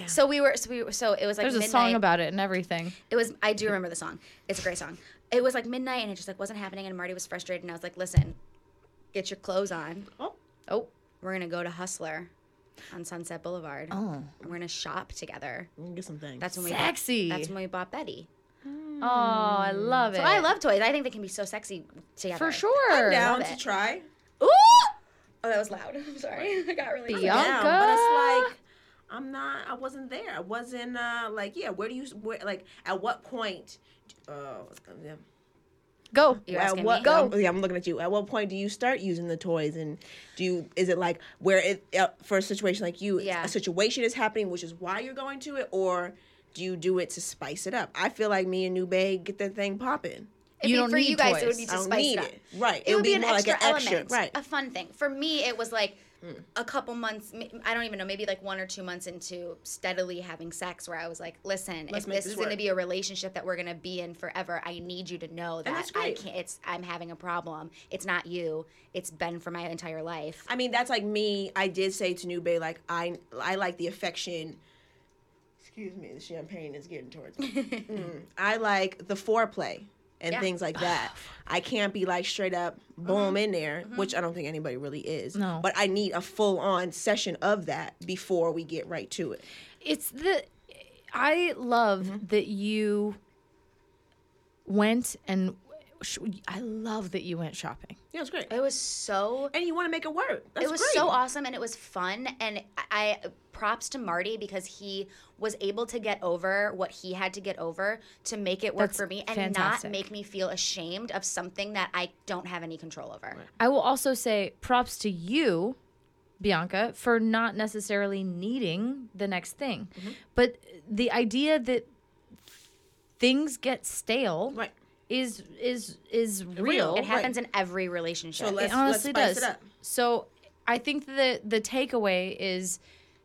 S2: So we were. So, we, were- so it was like
S3: There's a
S2: midnight.
S3: song about it and everything.
S2: It was. I do remember the song. It's a great song. It was like midnight, and it just like wasn't happening. And Marty was frustrated, and I was like, "Listen, get your clothes on.
S3: Oh,
S2: We're gonna go to Hustler on Sunset Boulevard. Oh. And we're gonna shop together.
S1: Get some things.
S2: That's when we
S3: Sexy.
S2: Bought, that's when we bought Betty.
S3: oh, I love it.
S2: So I love toys. I think they can be so sexy together.
S3: for sure.
S1: down
S2: love
S1: to
S2: it.
S1: try.
S2: Ooh! Oh, that was loud. I'm sorry. I got really. excited.
S3: Bianca.
S1: down, but it's like I'm not. I wasn't there. I wasn't uh, like yeah. Where do you where like at what point? Uh, yeah.
S3: Go.
S2: You're
S1: At
S2: asking
S1: what
S2: me?
S1: um, yeah, I'm looking at you. At what point do you start using the toys, and do you? Is it like where it uh, for a situation like you?
S2: Yeah.
S1: A situation is happening, which is why you're going to it, or do you do it to spice it up? I feel like me and New Bay get that thing popping.
S2: It'd
S3: You
S2: be
S3: don't
S2: for
S3: need
S2: you guys.
S3: toys.
S2: It would be
S1: I
S2: to
S1: don't
S2: spice
S1: need
S2: it up.
S1: it. Right.
S2: It,
S1: It
S2: would
S1: would
S2: be
S1: be
S2: an
S1: more like
S2: extra
S1: an extra-
S2: element,
S1: right. Hmm.
S2: a fun thing. For me, it was like a couple months. m- I don't even know. Maybe like one or two months into steadily having sex, where I was like, "Listen, if
S1: make
S2: this,
S1: this
S2: is going to
S1: work."
S2: be a relationship that we're going to be in forever, I need you to know that
S1: that's
S2: I
S1: great.
S2: can't. It's I'm having a problem. It's not you. It's been for my entire life.
S1: I mean, that's like me. I did say to New Bay, like I, I like the affection. Excuse me, the champagne is getting towards me. Mm. I like the foreplay and
S2: Yeah. Mm-hmm.
S1: things like that. I can't be like straight up boom in there, which I don't think anybody really is.
S3: No.
S1: but I need a full on session of that before we get right to it.
S3: It's the I love that you went and sh- I love that you went shopping.
S1: Yeah, it's great.
S2: It was so
S1: And you want to make it work. That's
S2: it was
S1: great.
S2: so awesome and it was fun and I I- props to Marty because he was able to get over what he had to get over to make it work
S3: That's
S2: for me and
S3: fantastic.
S2: not make me feel ashamed of something that I don't have any control over.
S3: I will also say props to you, Bianca, for not necessarily needing the next thing. But the idea that things get stale
S1: Right.
S3: is is is real.
S2: It happens in every relationship.
S1: So let's,
S3: It honestly
S1: let's spice
S3: does.
S1: it up.
S3: So I think the the takeaway is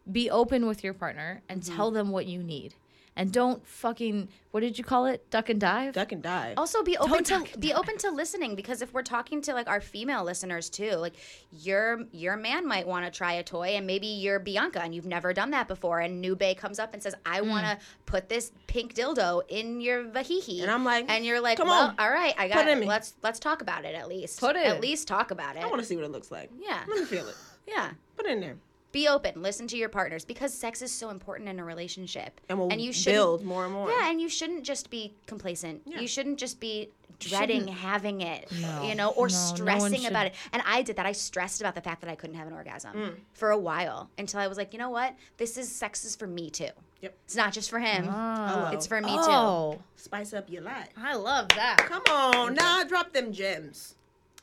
S3: be open with your partner and
S1: Mm-hmm.
S3: tell them what you need. And don't fucking what did you call it? Duck and dive?
S1: Duck and dive.
S2: also be open to be open to listening because if we're talking to like our female listeners too like your your man might want to try a toy and maybe you're bianca and you've never done that before and new bay comes up and says i
S1: Mm.
S2: want to put this pink dildo in your vahihi
S1: And I'm like,
S2: and you're like
S1: "Come
S2: well
S1: on,
S2: all right i
S1: put
S2: got
S1: it in
S2: it
S1: me."
S2: let's let's talk about it at least
S3: Put it in.
S2: at least talk about it
S1: I want to see what it looks like.
S2: Yeah.
S1: let me feel it.
S2: yeah
S1: Put it in there,
S2: be open listen to your partners because sex is so important in a relationship
S1: and we'll
S2: you shouldn't-
S1: build more and more.
S2: yeah, and you shouldn't just be complacent. You shouldn't just be dreading having it, you know, or
S3: No, no one
S2: stressing
S3: should.
S2: about it. And I did that. I stressed about the fact that I couldn't have an orgasm
S3: Mm.
S2: for a while until I was like, you know what? This is sex is for me too.
S1: Yep.
S2: It's not just for him.
S3: Ah,
S1: Hello.
S2: It's for me
S3: oh,
S1: spice up your life.
S3: I love that.
S1: Come on, nah, drop them gems.
S2: too.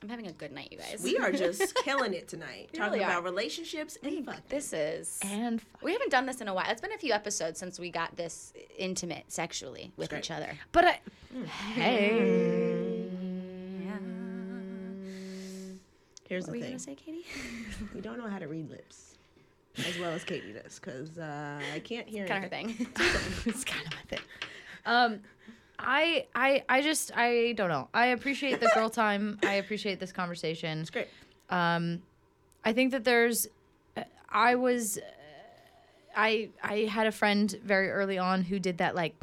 S2: I'm having a good night, you guys.
S1: We are just killing it tonight. Talking
S2: really
S1: about
S2: are.
S1: relationships and fuck.
S2: this is
S3: And fuck.
S2: we haven't done this in a while. It's been a few episodes since we got this intimate sexually with each other.
S3: But I
S1: Mm.
S3: Hey.
S1: Here's
S2: What were
S1: the
S2: you
S1: thing:
S2: gonna say, Katie?
S1: we don't know how to read lips. as well as Katie does, because uh, I can't hear
S2: kind of her
S1: anything.
S2: thing.
S3: it's kind of my thing. Um, I I I just I don't know. I appreciate the girl time. I appreciate this conversation. It's
S1: great.
S3: Um, I think that there's. uh, I was. I I had a friend very early on who did that like.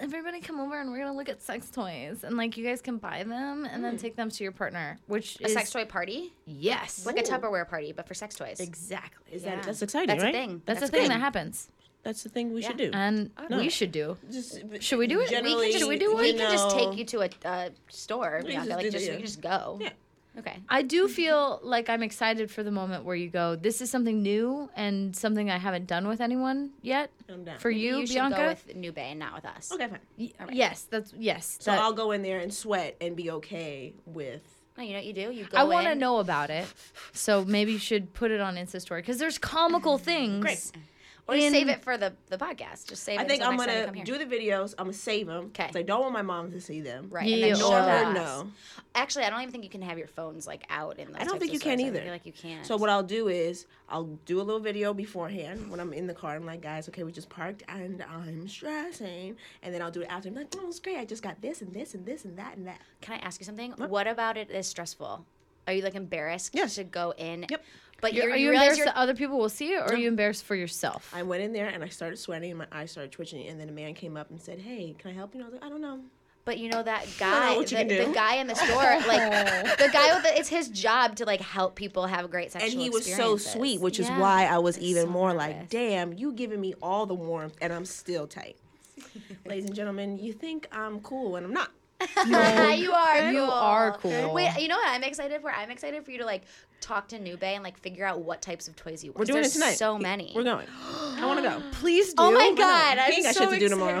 S3: Everybody come over and we're gonna look at sex toys and like you guys can buy them and then take them to your partner, which
S2: Mm. a
S3: is
S2: sex toy party,
S3: yes,
S2: like a Tupperware party, but for sex toys.
S3: exactly.
S1: Is that,
S2: Yeah.
S1: that's exciting,
S2: That's
S1: right?
S2: a thing.
S3: That's, the thing
S2: good. Oh.
S3: that happens,
S1: That's the thing we should do.
S2: Yeah. Uh,
S3: and we should do.
S1: Just,
S3: Should we do
S2: We
S3: it?
S2: can
S1: Generally,
S2: just,
S3: Should we do
S2: We
S1: you
S2: can just
S1: know-
S2: take you to a uh, store.
S1: We
S2: Bianca,
S1: just
S2: like
S1: did it,
S2: just
S1: yeah.
S2: you can just go.
S1: Yeah.
S2: Okay.
S3: I do feel like I'm excited for the moment where you go, this is something new and something I haven't done with anyone yet.
S1: I'm down.
S3: For you,
S2: you should go
S3: Bianca?
S2: with New Bay and not with us.
S1: Okay, fine.
S3: Y- Yes, that's yes.
S1: So
S3: that-
S1: I'll go in there and sweat and be okay with.
S2: No, you know what you do? You go
S3: I want to
S2: in.
S3: know about it. So maybe you should put it on Insta story because there's comical things.
S1: Great.
S2: Or you
S3: in-
S2: save it for the, the podcast. Just save
S1: I
S2: it
S1: think
S2: until
S1: I'm
S2: next time you
S1: gonna
S2: come here.
S1: do the videos. I'm gonna save them.
S2: 'Kay.
S1: I don't want my mom to see them.
S2: Right.
S3: Yeah.
S2: And then
S1: Nor
S2: show
S1: her
S2: us.
S1: know.
S2: Actually, I don't even think you can have your phones like out in those
S1: I don't
S2: types
S1: think
S2: of
S1: you can
S2: stores. I
S1: either.
S2: feel like you can't.
S1: So what I'll do is I'll do a little video beforehand when I'm in the car. I'm like, guys, okay, we just parked and I'm stressing. And then I'll do it after. I'm like, oh, it's great. I just got this and this and this and that and that.
S2: Can I ask you something? What about it is stressful? Are you like embarrassed
S1: Yes.
S2: to go in?
S1: Yep.
S2: But
S3: You're,
S2: you're,
S3: are
S2: you
S3: you
S2: realize
S3: embarrassed
S2: you're
S3: that other people will see it or are you embarrassed for yourself?
S1: I went in there and I started sweating and my eyes started twitching. And then a man came up and said, hey, can I help you? And I was like, I don't know.
S2: But you know that guy,
S1: what you
S2: the,
S1: can do.
S2: the guy in the store, like the guy with the, it's his job to like help people have great sexual
S1: And he was so
S2: experiences.
S1: sweet, which is
S3: Yeah.
S1: why I was even
S2: so
S1: more like,
S2: nervous.
S1: damn, you giving me all the warmth and I'm still tight. Ladies and gentlemen, you think I'm cool and I'm not.
S2: you are.
S3: You
S2: cool.
S3: are cool.
S2: Wait, you know what I'm excited for? I'm excited for you to like talk to Nube and like figure out what types of toys you want.
S1: We're doing it
S2: There's
S1: tonight.
S2: So many.
S1: We're going. I want to go.
S3: Please do.
S2: Oh my god!
S1: I
S2: I'm
S1: ain't got
S2: so
S1: shit to do tomorrow.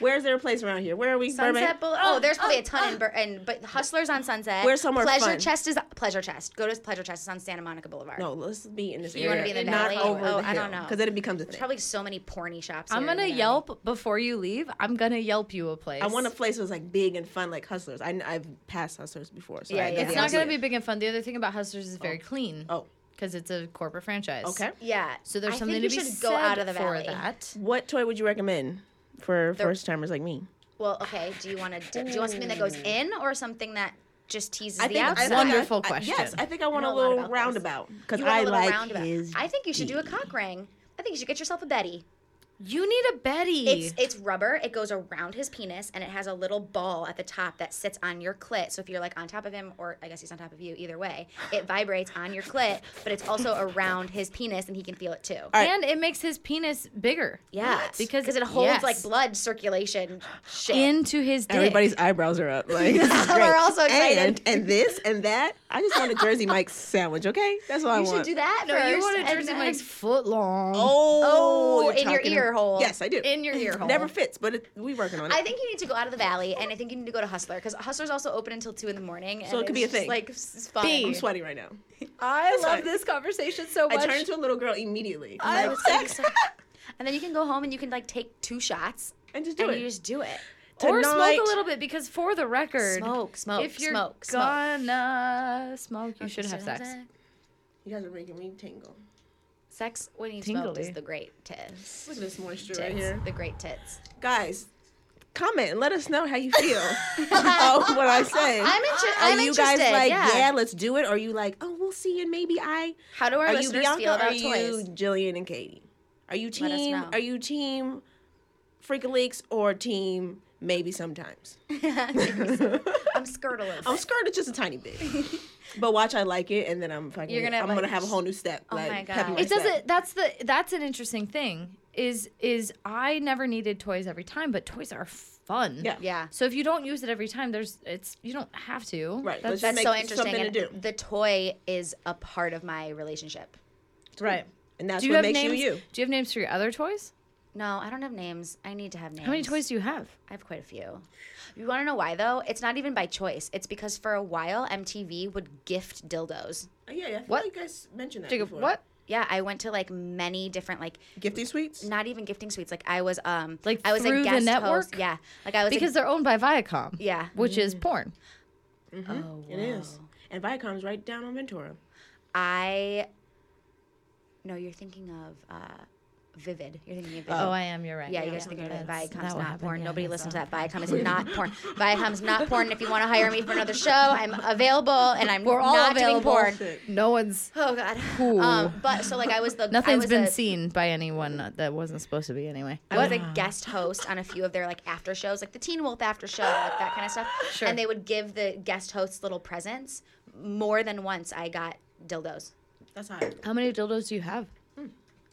S1: Where's there a place around here? Where are we? Burbank?
S2: Sunset Boulevard. Oh, there's probably a ton in Bur- and but Hustlers on Sunset.
S1: Where's somewhere
S2: Pleasure
S1: fun?
S2: Chest is Pleasure Chest. Go to Pleasure Chest. It's on Santa Monica Boulevard.
S1: No, let's be in this
S2: You
S1: area.
S2: wanna be in the
S1: not
S2: valley?
S1: over
S2: Oh,
S1: the
S2: I don't know.
S1: Because then it becomes a thing.
S2: There's probably so many porny shops.
S3: I'm
S2: here in
S3: gonna
S2: the valley.
S3: yelp before you leave. I'm gonna yelp you a place.
S1: I want a place that's like big and fun, like Hustlers. I, I've passed Hustlers before, so
S2: Yeah,
S1: I
S2: yeah.
S1: know
S3: It's
S1: the
S3: not gonna
S1: idea.
S3: be big and fun. The other thing about Hustlers is very clean.
S1: Oh,
S3: because it's a corporate franchise.
S1: okay.
S2: Yeah.
S3: So there's
S2: I
S3: something
S2: think
S3: to
S2: you
S3: be
S2: should
S3: said
S2: go out of the
S3: for
S2: valley.
S3: that.
S1: What toy would you recommend for first timers like me?
S2: Well, okay. Do you want to do you want something that goes in or something that just teases the
S1: I-
S2: outside?
S3: Wonderful
S1: I-
S3: question.
S1: yes, I think I want
S2: I
S1: a
S2: know a lot
S1: little
S2: about this.
S1: roundabout because
S2: You want a
S1: I
S2: little
S1: like
S2: roundabout.
S1: his.
S2: I think you should do a cock ring. I think you should get yourself a Betty.
S3: You need a Betty.
S2: It's it's rubber. It goes around his penis, and it has a little ball at the top that sits on your clit. So if you're like on top of him, or I guess he's on top of you, either way, it vibrates on your clit, but it's also around his penis, and he can feel it too.
S3: and it makes his penis bigger.
S2: Yeah,
S3: Because-
S2: it holds
S3: yes.
S2: like blood circulation. Shit.
S3: Into his dick.
S1: Everybody's eyebrows are up. Like this is great.
S2: We're all so excited.
S1: And, and this and that. I just want a Jersey Mike's sandwich. Okay, that's all I
S2: you
S1: want.
S2: should do that.
S3: No, you
S2: first,
S3: want a
S2: and
S3: Jersey
S2: then-
S3: Mike's foot long.
S1: Oh,
S2: Oh,
S1: you're
S2: in your
S1: talking-
S2: ear hole.
S1: Yes, I do.
S2: In your ear hole.
S1: Never fits, but it, we working on it.
S2: I think you need to go out of the valley, and I think you need to go to Hustler because Hustler's also open until two in the morning. And
S1: So it could
S2: it's
S1: be a
S2: just,
S1: thing.
S2: Like s- s- fun.
S1: I'm sweating right now.
S3: I
S1: love fine.
S3: this conversation so
S1: I turn into a little girl immediately.
S2: I
S1: I'm like,
S2: would say
S1: sex,
S2: so. and then you can go home and you can like take two shots
S1: and just do
S2: and
S1: it.
S2: you just do it.
S3: or
S1: Tonight-
S3: smoke a little bit because for the record,
S2: Smoke, smoke,
S3: if you're
S2: smoke, smoke.
S3: gonna smoke, you should have
S2: Sex.
S3: sex.
S1: You guys are making me tingle.
S2: Sex when you smoke is
S3: Tingly.
S2: the great tits.
S1: Look at this moisture right
S2: tits.
S1: here,
S2: The great tits.
S1: guys. Comment and let us know how you feel about what I say.
S2: I'm, inter-
S1: are
S2: I'm
S1: you
S2: interested.
S1: guys like,
S2: yeah.
S1: let's do it? Or are you like, oh, we'll see, and maybe I.
S2: How do our
S1: Are you
S2: listeners
S1: Bianca?
S2: feel
S1: Or are
S2: about
S1: you
S2: toys?
S1: Jillian and Katie? Are you
S2: Let us
S1: team?
S2: know.
S1: Are you team? Freak leaks or team? Maybe sometimes.
S2: I'm scared a little.
S1: I'm
S2: bit.
S1: scared just a tiny bit. but watch, I like it, and then I'm fucking.
S2: You're gonna have,
S1: I'm gonna
S2: like,
S1: have a whole new step.
S2: oh
S1: like,
S2: my God.
S1: peppy
S2: It
S3: It
S1: myself.
S3: doesn't. That's the. That's an interesting thing. Is is I never needed toys every time, but toys are fun.
S1: Yeah.
S2: Yeah.
S3: So if you don't use it every time, there's it's you don't have to.
S1: Right.
S3: That's
S1: Let's
S2: That's
S1: make
S2: so interesting.
S1: something
S2: And
S1: to do.
S2: The toy is a part of my relationship.
S1: Right. And that's
S3: do you
S1: what
S3: have
S1: makes
S3: names?
S1: you you.
S3: Do you have names for your other toys?
S2: No, I don't have names. I need to have names.
S3: How many toys do you have?
S2: I have quite a few. You want to know why though? It's not even by choice. It's because for a while MTV would gift dildos.
S1: Oh, yeah, yeah. I feel
S3: What?
S1: like you guys mentioned that.
S3: Jacob,
S1: before.
S3: what?
S2: Yeah, I went to like many different like
S1: Gifty sweets?
S2: not even gifting suites. Like I was um
S3: Like
S2: I was
S3: through
S2: a
S3: the
S2: guest host.
S3: network?
S2: Yeah, like I was a-
S3: Because they're owned by Viacom.
S2: yeah.
S3: Which is porn.
S2: Oh,
S3: Mm-hmm. Oh,
S1: It is. And Viacom's right down on Ventura.
S2: I No, you're thinking of uh, Vivid. You're thinking of Vivid.
S3: Oh, I am. You're right.
S2: Yeah, you guys think that
S3: That's-
S2: Viacom's
S3: that will
S2: not
S3: happen,
S2: porn.
S3: yeah,
S2: Nobody
S3: that's
S2: listens to
S3: all.
S2: that. Viacom is not porn. Viacom's not porn. If you want to hire me for another show, I'm available and I'm
S3: We're all
S2: not doing
S3: available.
S2: porn.
S3: No one's.
S2: Oh God.
S3: Ooh.
S2: Um, but so like I was the I
S3: Nothing's
S2: was
S3: been
S2: a-
S3: seen by anyone that wasn't supposed to be anyway.
S2: I was a guest host on a few of their like after shows, like the Teen Wolf after show, like that kind of stuff.
S3: Sure.
S2: And they would give the guest hosts little presents. More than once, I got dildos.
S1: That's hot.
S3: How many dildos do you have?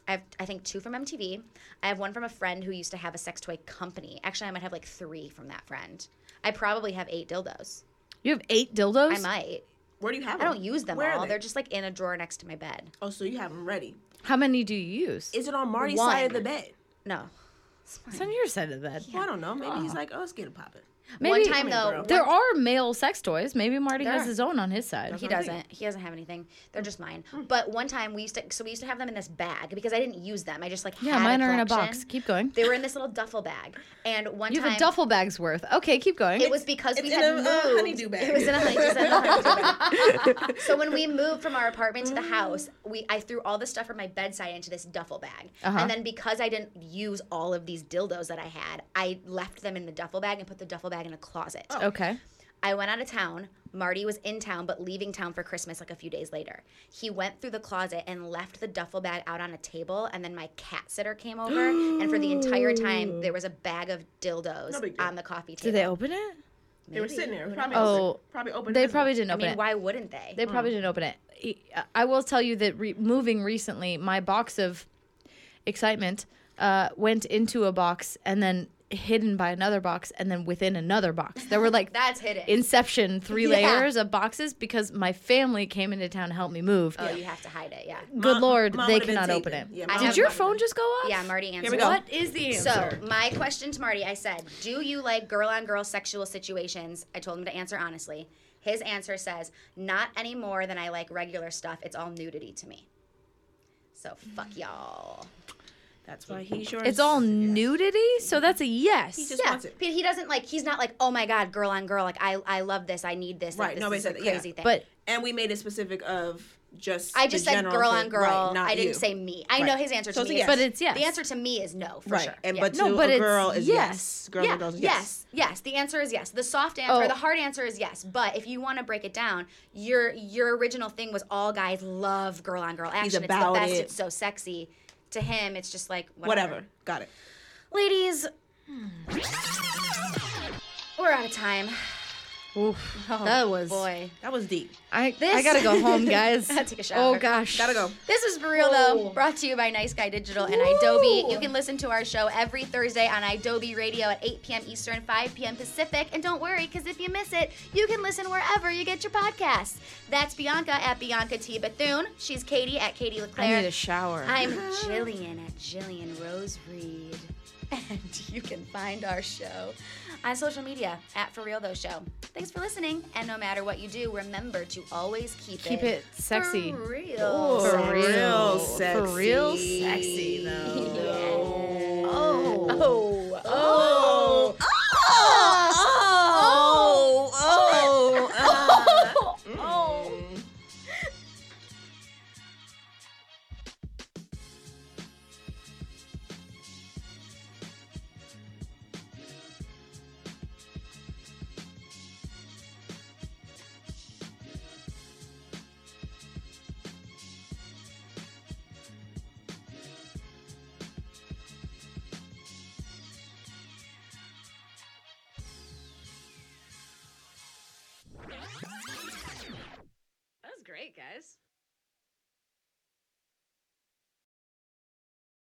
S2: I have, I think, two from MTV. I have one from a friend who used to have a sex toy company. Actually, I might have like three from that friend. I probably have eight dildos.
S3: You have eight dildos.
S2: I might.
S1: Where do you have
S2: I
S1: them?
S2: don't use them
S1: Where
S2: all.
S1: Are they?
S2: They're just like in a drawer next to my bed.
S1: oh, so you have them ready.
S3: How many do you use?
S1: Is it on Marty's
S2: One.
S1: side of the bed?
S2: No.
S3: It's on your side of the bed.
S1: Well, I don't know. Maybe
S3: Ah.
S1: he's like, oh, let's get him popping.
S3: Maybe-
S2: one time though,
S3: There are male sex toys. Maybe Marty
S2: There
S3: has
S2: are.
S3: his own on his side.
S2: He doesn't. He doesn't have anything.
S3: Mm.
S2: They're just mine. But one time we used to, so we used to have them in this bag because I didn't use them. I just like
S3: yeah,
S2: had
S3: mine are in a
S2: collection.
S3: box. Keep going.
S2: They were in this little duffel bag, and one
S3: You
S2: time
S3: have a duffel bag's worth. Okay, keep going.
S2: it was because we
S1: It's in
S2: had
S1: a,
S2: moved.
S1: uh, honeydew bag.
S2: It was in a honeydew, it's in a honeydew bag. so when we moved from our apartment to the
S3: Mm.
S2: house, we I threw all the stuff from my bedside into this duffel bag,
S3: Uh-huh.
S2: and then because I didn't use all of these dildos that I had, I left them in the duffel bag and put the duffel bag in a closet.
S3: Oh, okay.
S2: I went out of town. Marty was in town but leaving town for Christmas like a few days later. He went through the closet and left the duffel bag out on a table and then my cat sitter came over and for the entire time there was a bag of dildos
S1: No big deal.
S2: on the coffee table.
S3: Did they open it?
S1: They were sitting there. Probably
S3: Oh.
S1: open. Probably open.
S3: They
S1: prison.
S3: probably didn't
S2: I
S3: open
S2: mean,
S3: it.
S2: why wouldn't they?
S3: They probably didn't open it. E- I will tell you that re- moving recently, my box of excitement uh, went into a box and then hidden by another box and then within another box. There were like
S2: That's hidden.
S3: Inception three
S2: Yeah.
S3: layers of boxes because my family came into town to help me move.
S2: oh, you have to hide it, yeah.
S3: Good
S1: Mom-
S3: lord,
S1: Mom
S3: they
S1: would've been
S3: cannot
S1: taken.
S3: open it.
S1: Yeah, Mom
S3: Did
S2: would've
S3: your
S2: been
S3: phone just go off?
S2: Yeah, Marty answered.
S1: we go.
S3: What is the answer?
S2: So my question to Marty, I said, "Do you like girl-on-girl sexual situations?" I told him to answer honestly. His answer says, "Not any more than I like regular stuff. It's all nudity to me." So
S1: Mm.
S2: fuck y'all.
S1: That's why he's yours.
S3: it's all nudity, so that's a yes.
S1: just-
S2: Yeah,
S1: wants it.
S2: he he doesn't like. He's not like, "Oh my god, girl-on-girl. Like I I love this. I need this." Like,
S1: Right,
S2: This
S1: nobody
S2: is a
S1: said that, yeah.
S2: crazy thing.
S3: but
S1: And we made it specific of just.
S2: I just
S1: the
S2: said
S1: general thing.
S2: girl-on-girl.
S1: Right, not
S2: I didn't
S1: you.
S2: say me. I
S1: Right.
S2: know his answer
S1: So it's
S2: to me.
S1: a
S2: is-
S1: yes.
S3: but it's yes.
S2: The answer to me is no, for
S1: right.
S2: sure.
S1: And
S2: Yeah.
S1: but
S3: No,
S1: to
S3: but
S1: a
S3: it's
S1: girl is
S3: yes.
S1: yes. Girl and girls is yes.
S2: yes, yes. The answer is yes. The soft answer,
S3: Oh.
S2: the hard answer is yes. But if you want to break it down, your your original thing was all guys love girl on girl action.
S1: about
S2: it's the best.
S1: it.
S2: It's so sexy. To him, it's just like whatever.
S1: Whatever. Got it.
S2: Ladies, we're out of time.
S3: oof, that was.
S2: Boy,
S1: That was deep.
S3: I, I
S2: This-
S3: gotta go home, guys.
S2: I gotta take a
S3: Oh
S2: shower.
S3: gosh,
S1: Gotta go.
S2: this is for real
S3: Oh.
S2: though. Brought to you by Nice Guy Digital and Adobe. You can listen to our show every Thursday on Adobe Radio at 8 p.m. Eastern, 5 p.m. Pacific. And don't worry, because if you miss it, you can listen wherever you get your podcasts. That's Bianca at Bianca T. Bethune. She's Katie at Katie
S3: I
S2: LeClaire.
S3: need a shower.
S2: I'm Jillian at Jillian Rose Reed. And you can find our show on social media at For Real Though Show. Thanks for listening. And no matter what you do, remember to always keep,
S3: Keep it sexy.
S2: For real.
S1: For
S2: sexy.
S1: real
S3: For real
S1: sexy.
S3: sexy, though.
S2: Yeah. Oh.
S1: Oh.
S3: Oh.
S1: Oh.
S2: Oh.
S3: Oh.
S1: Uh-huh.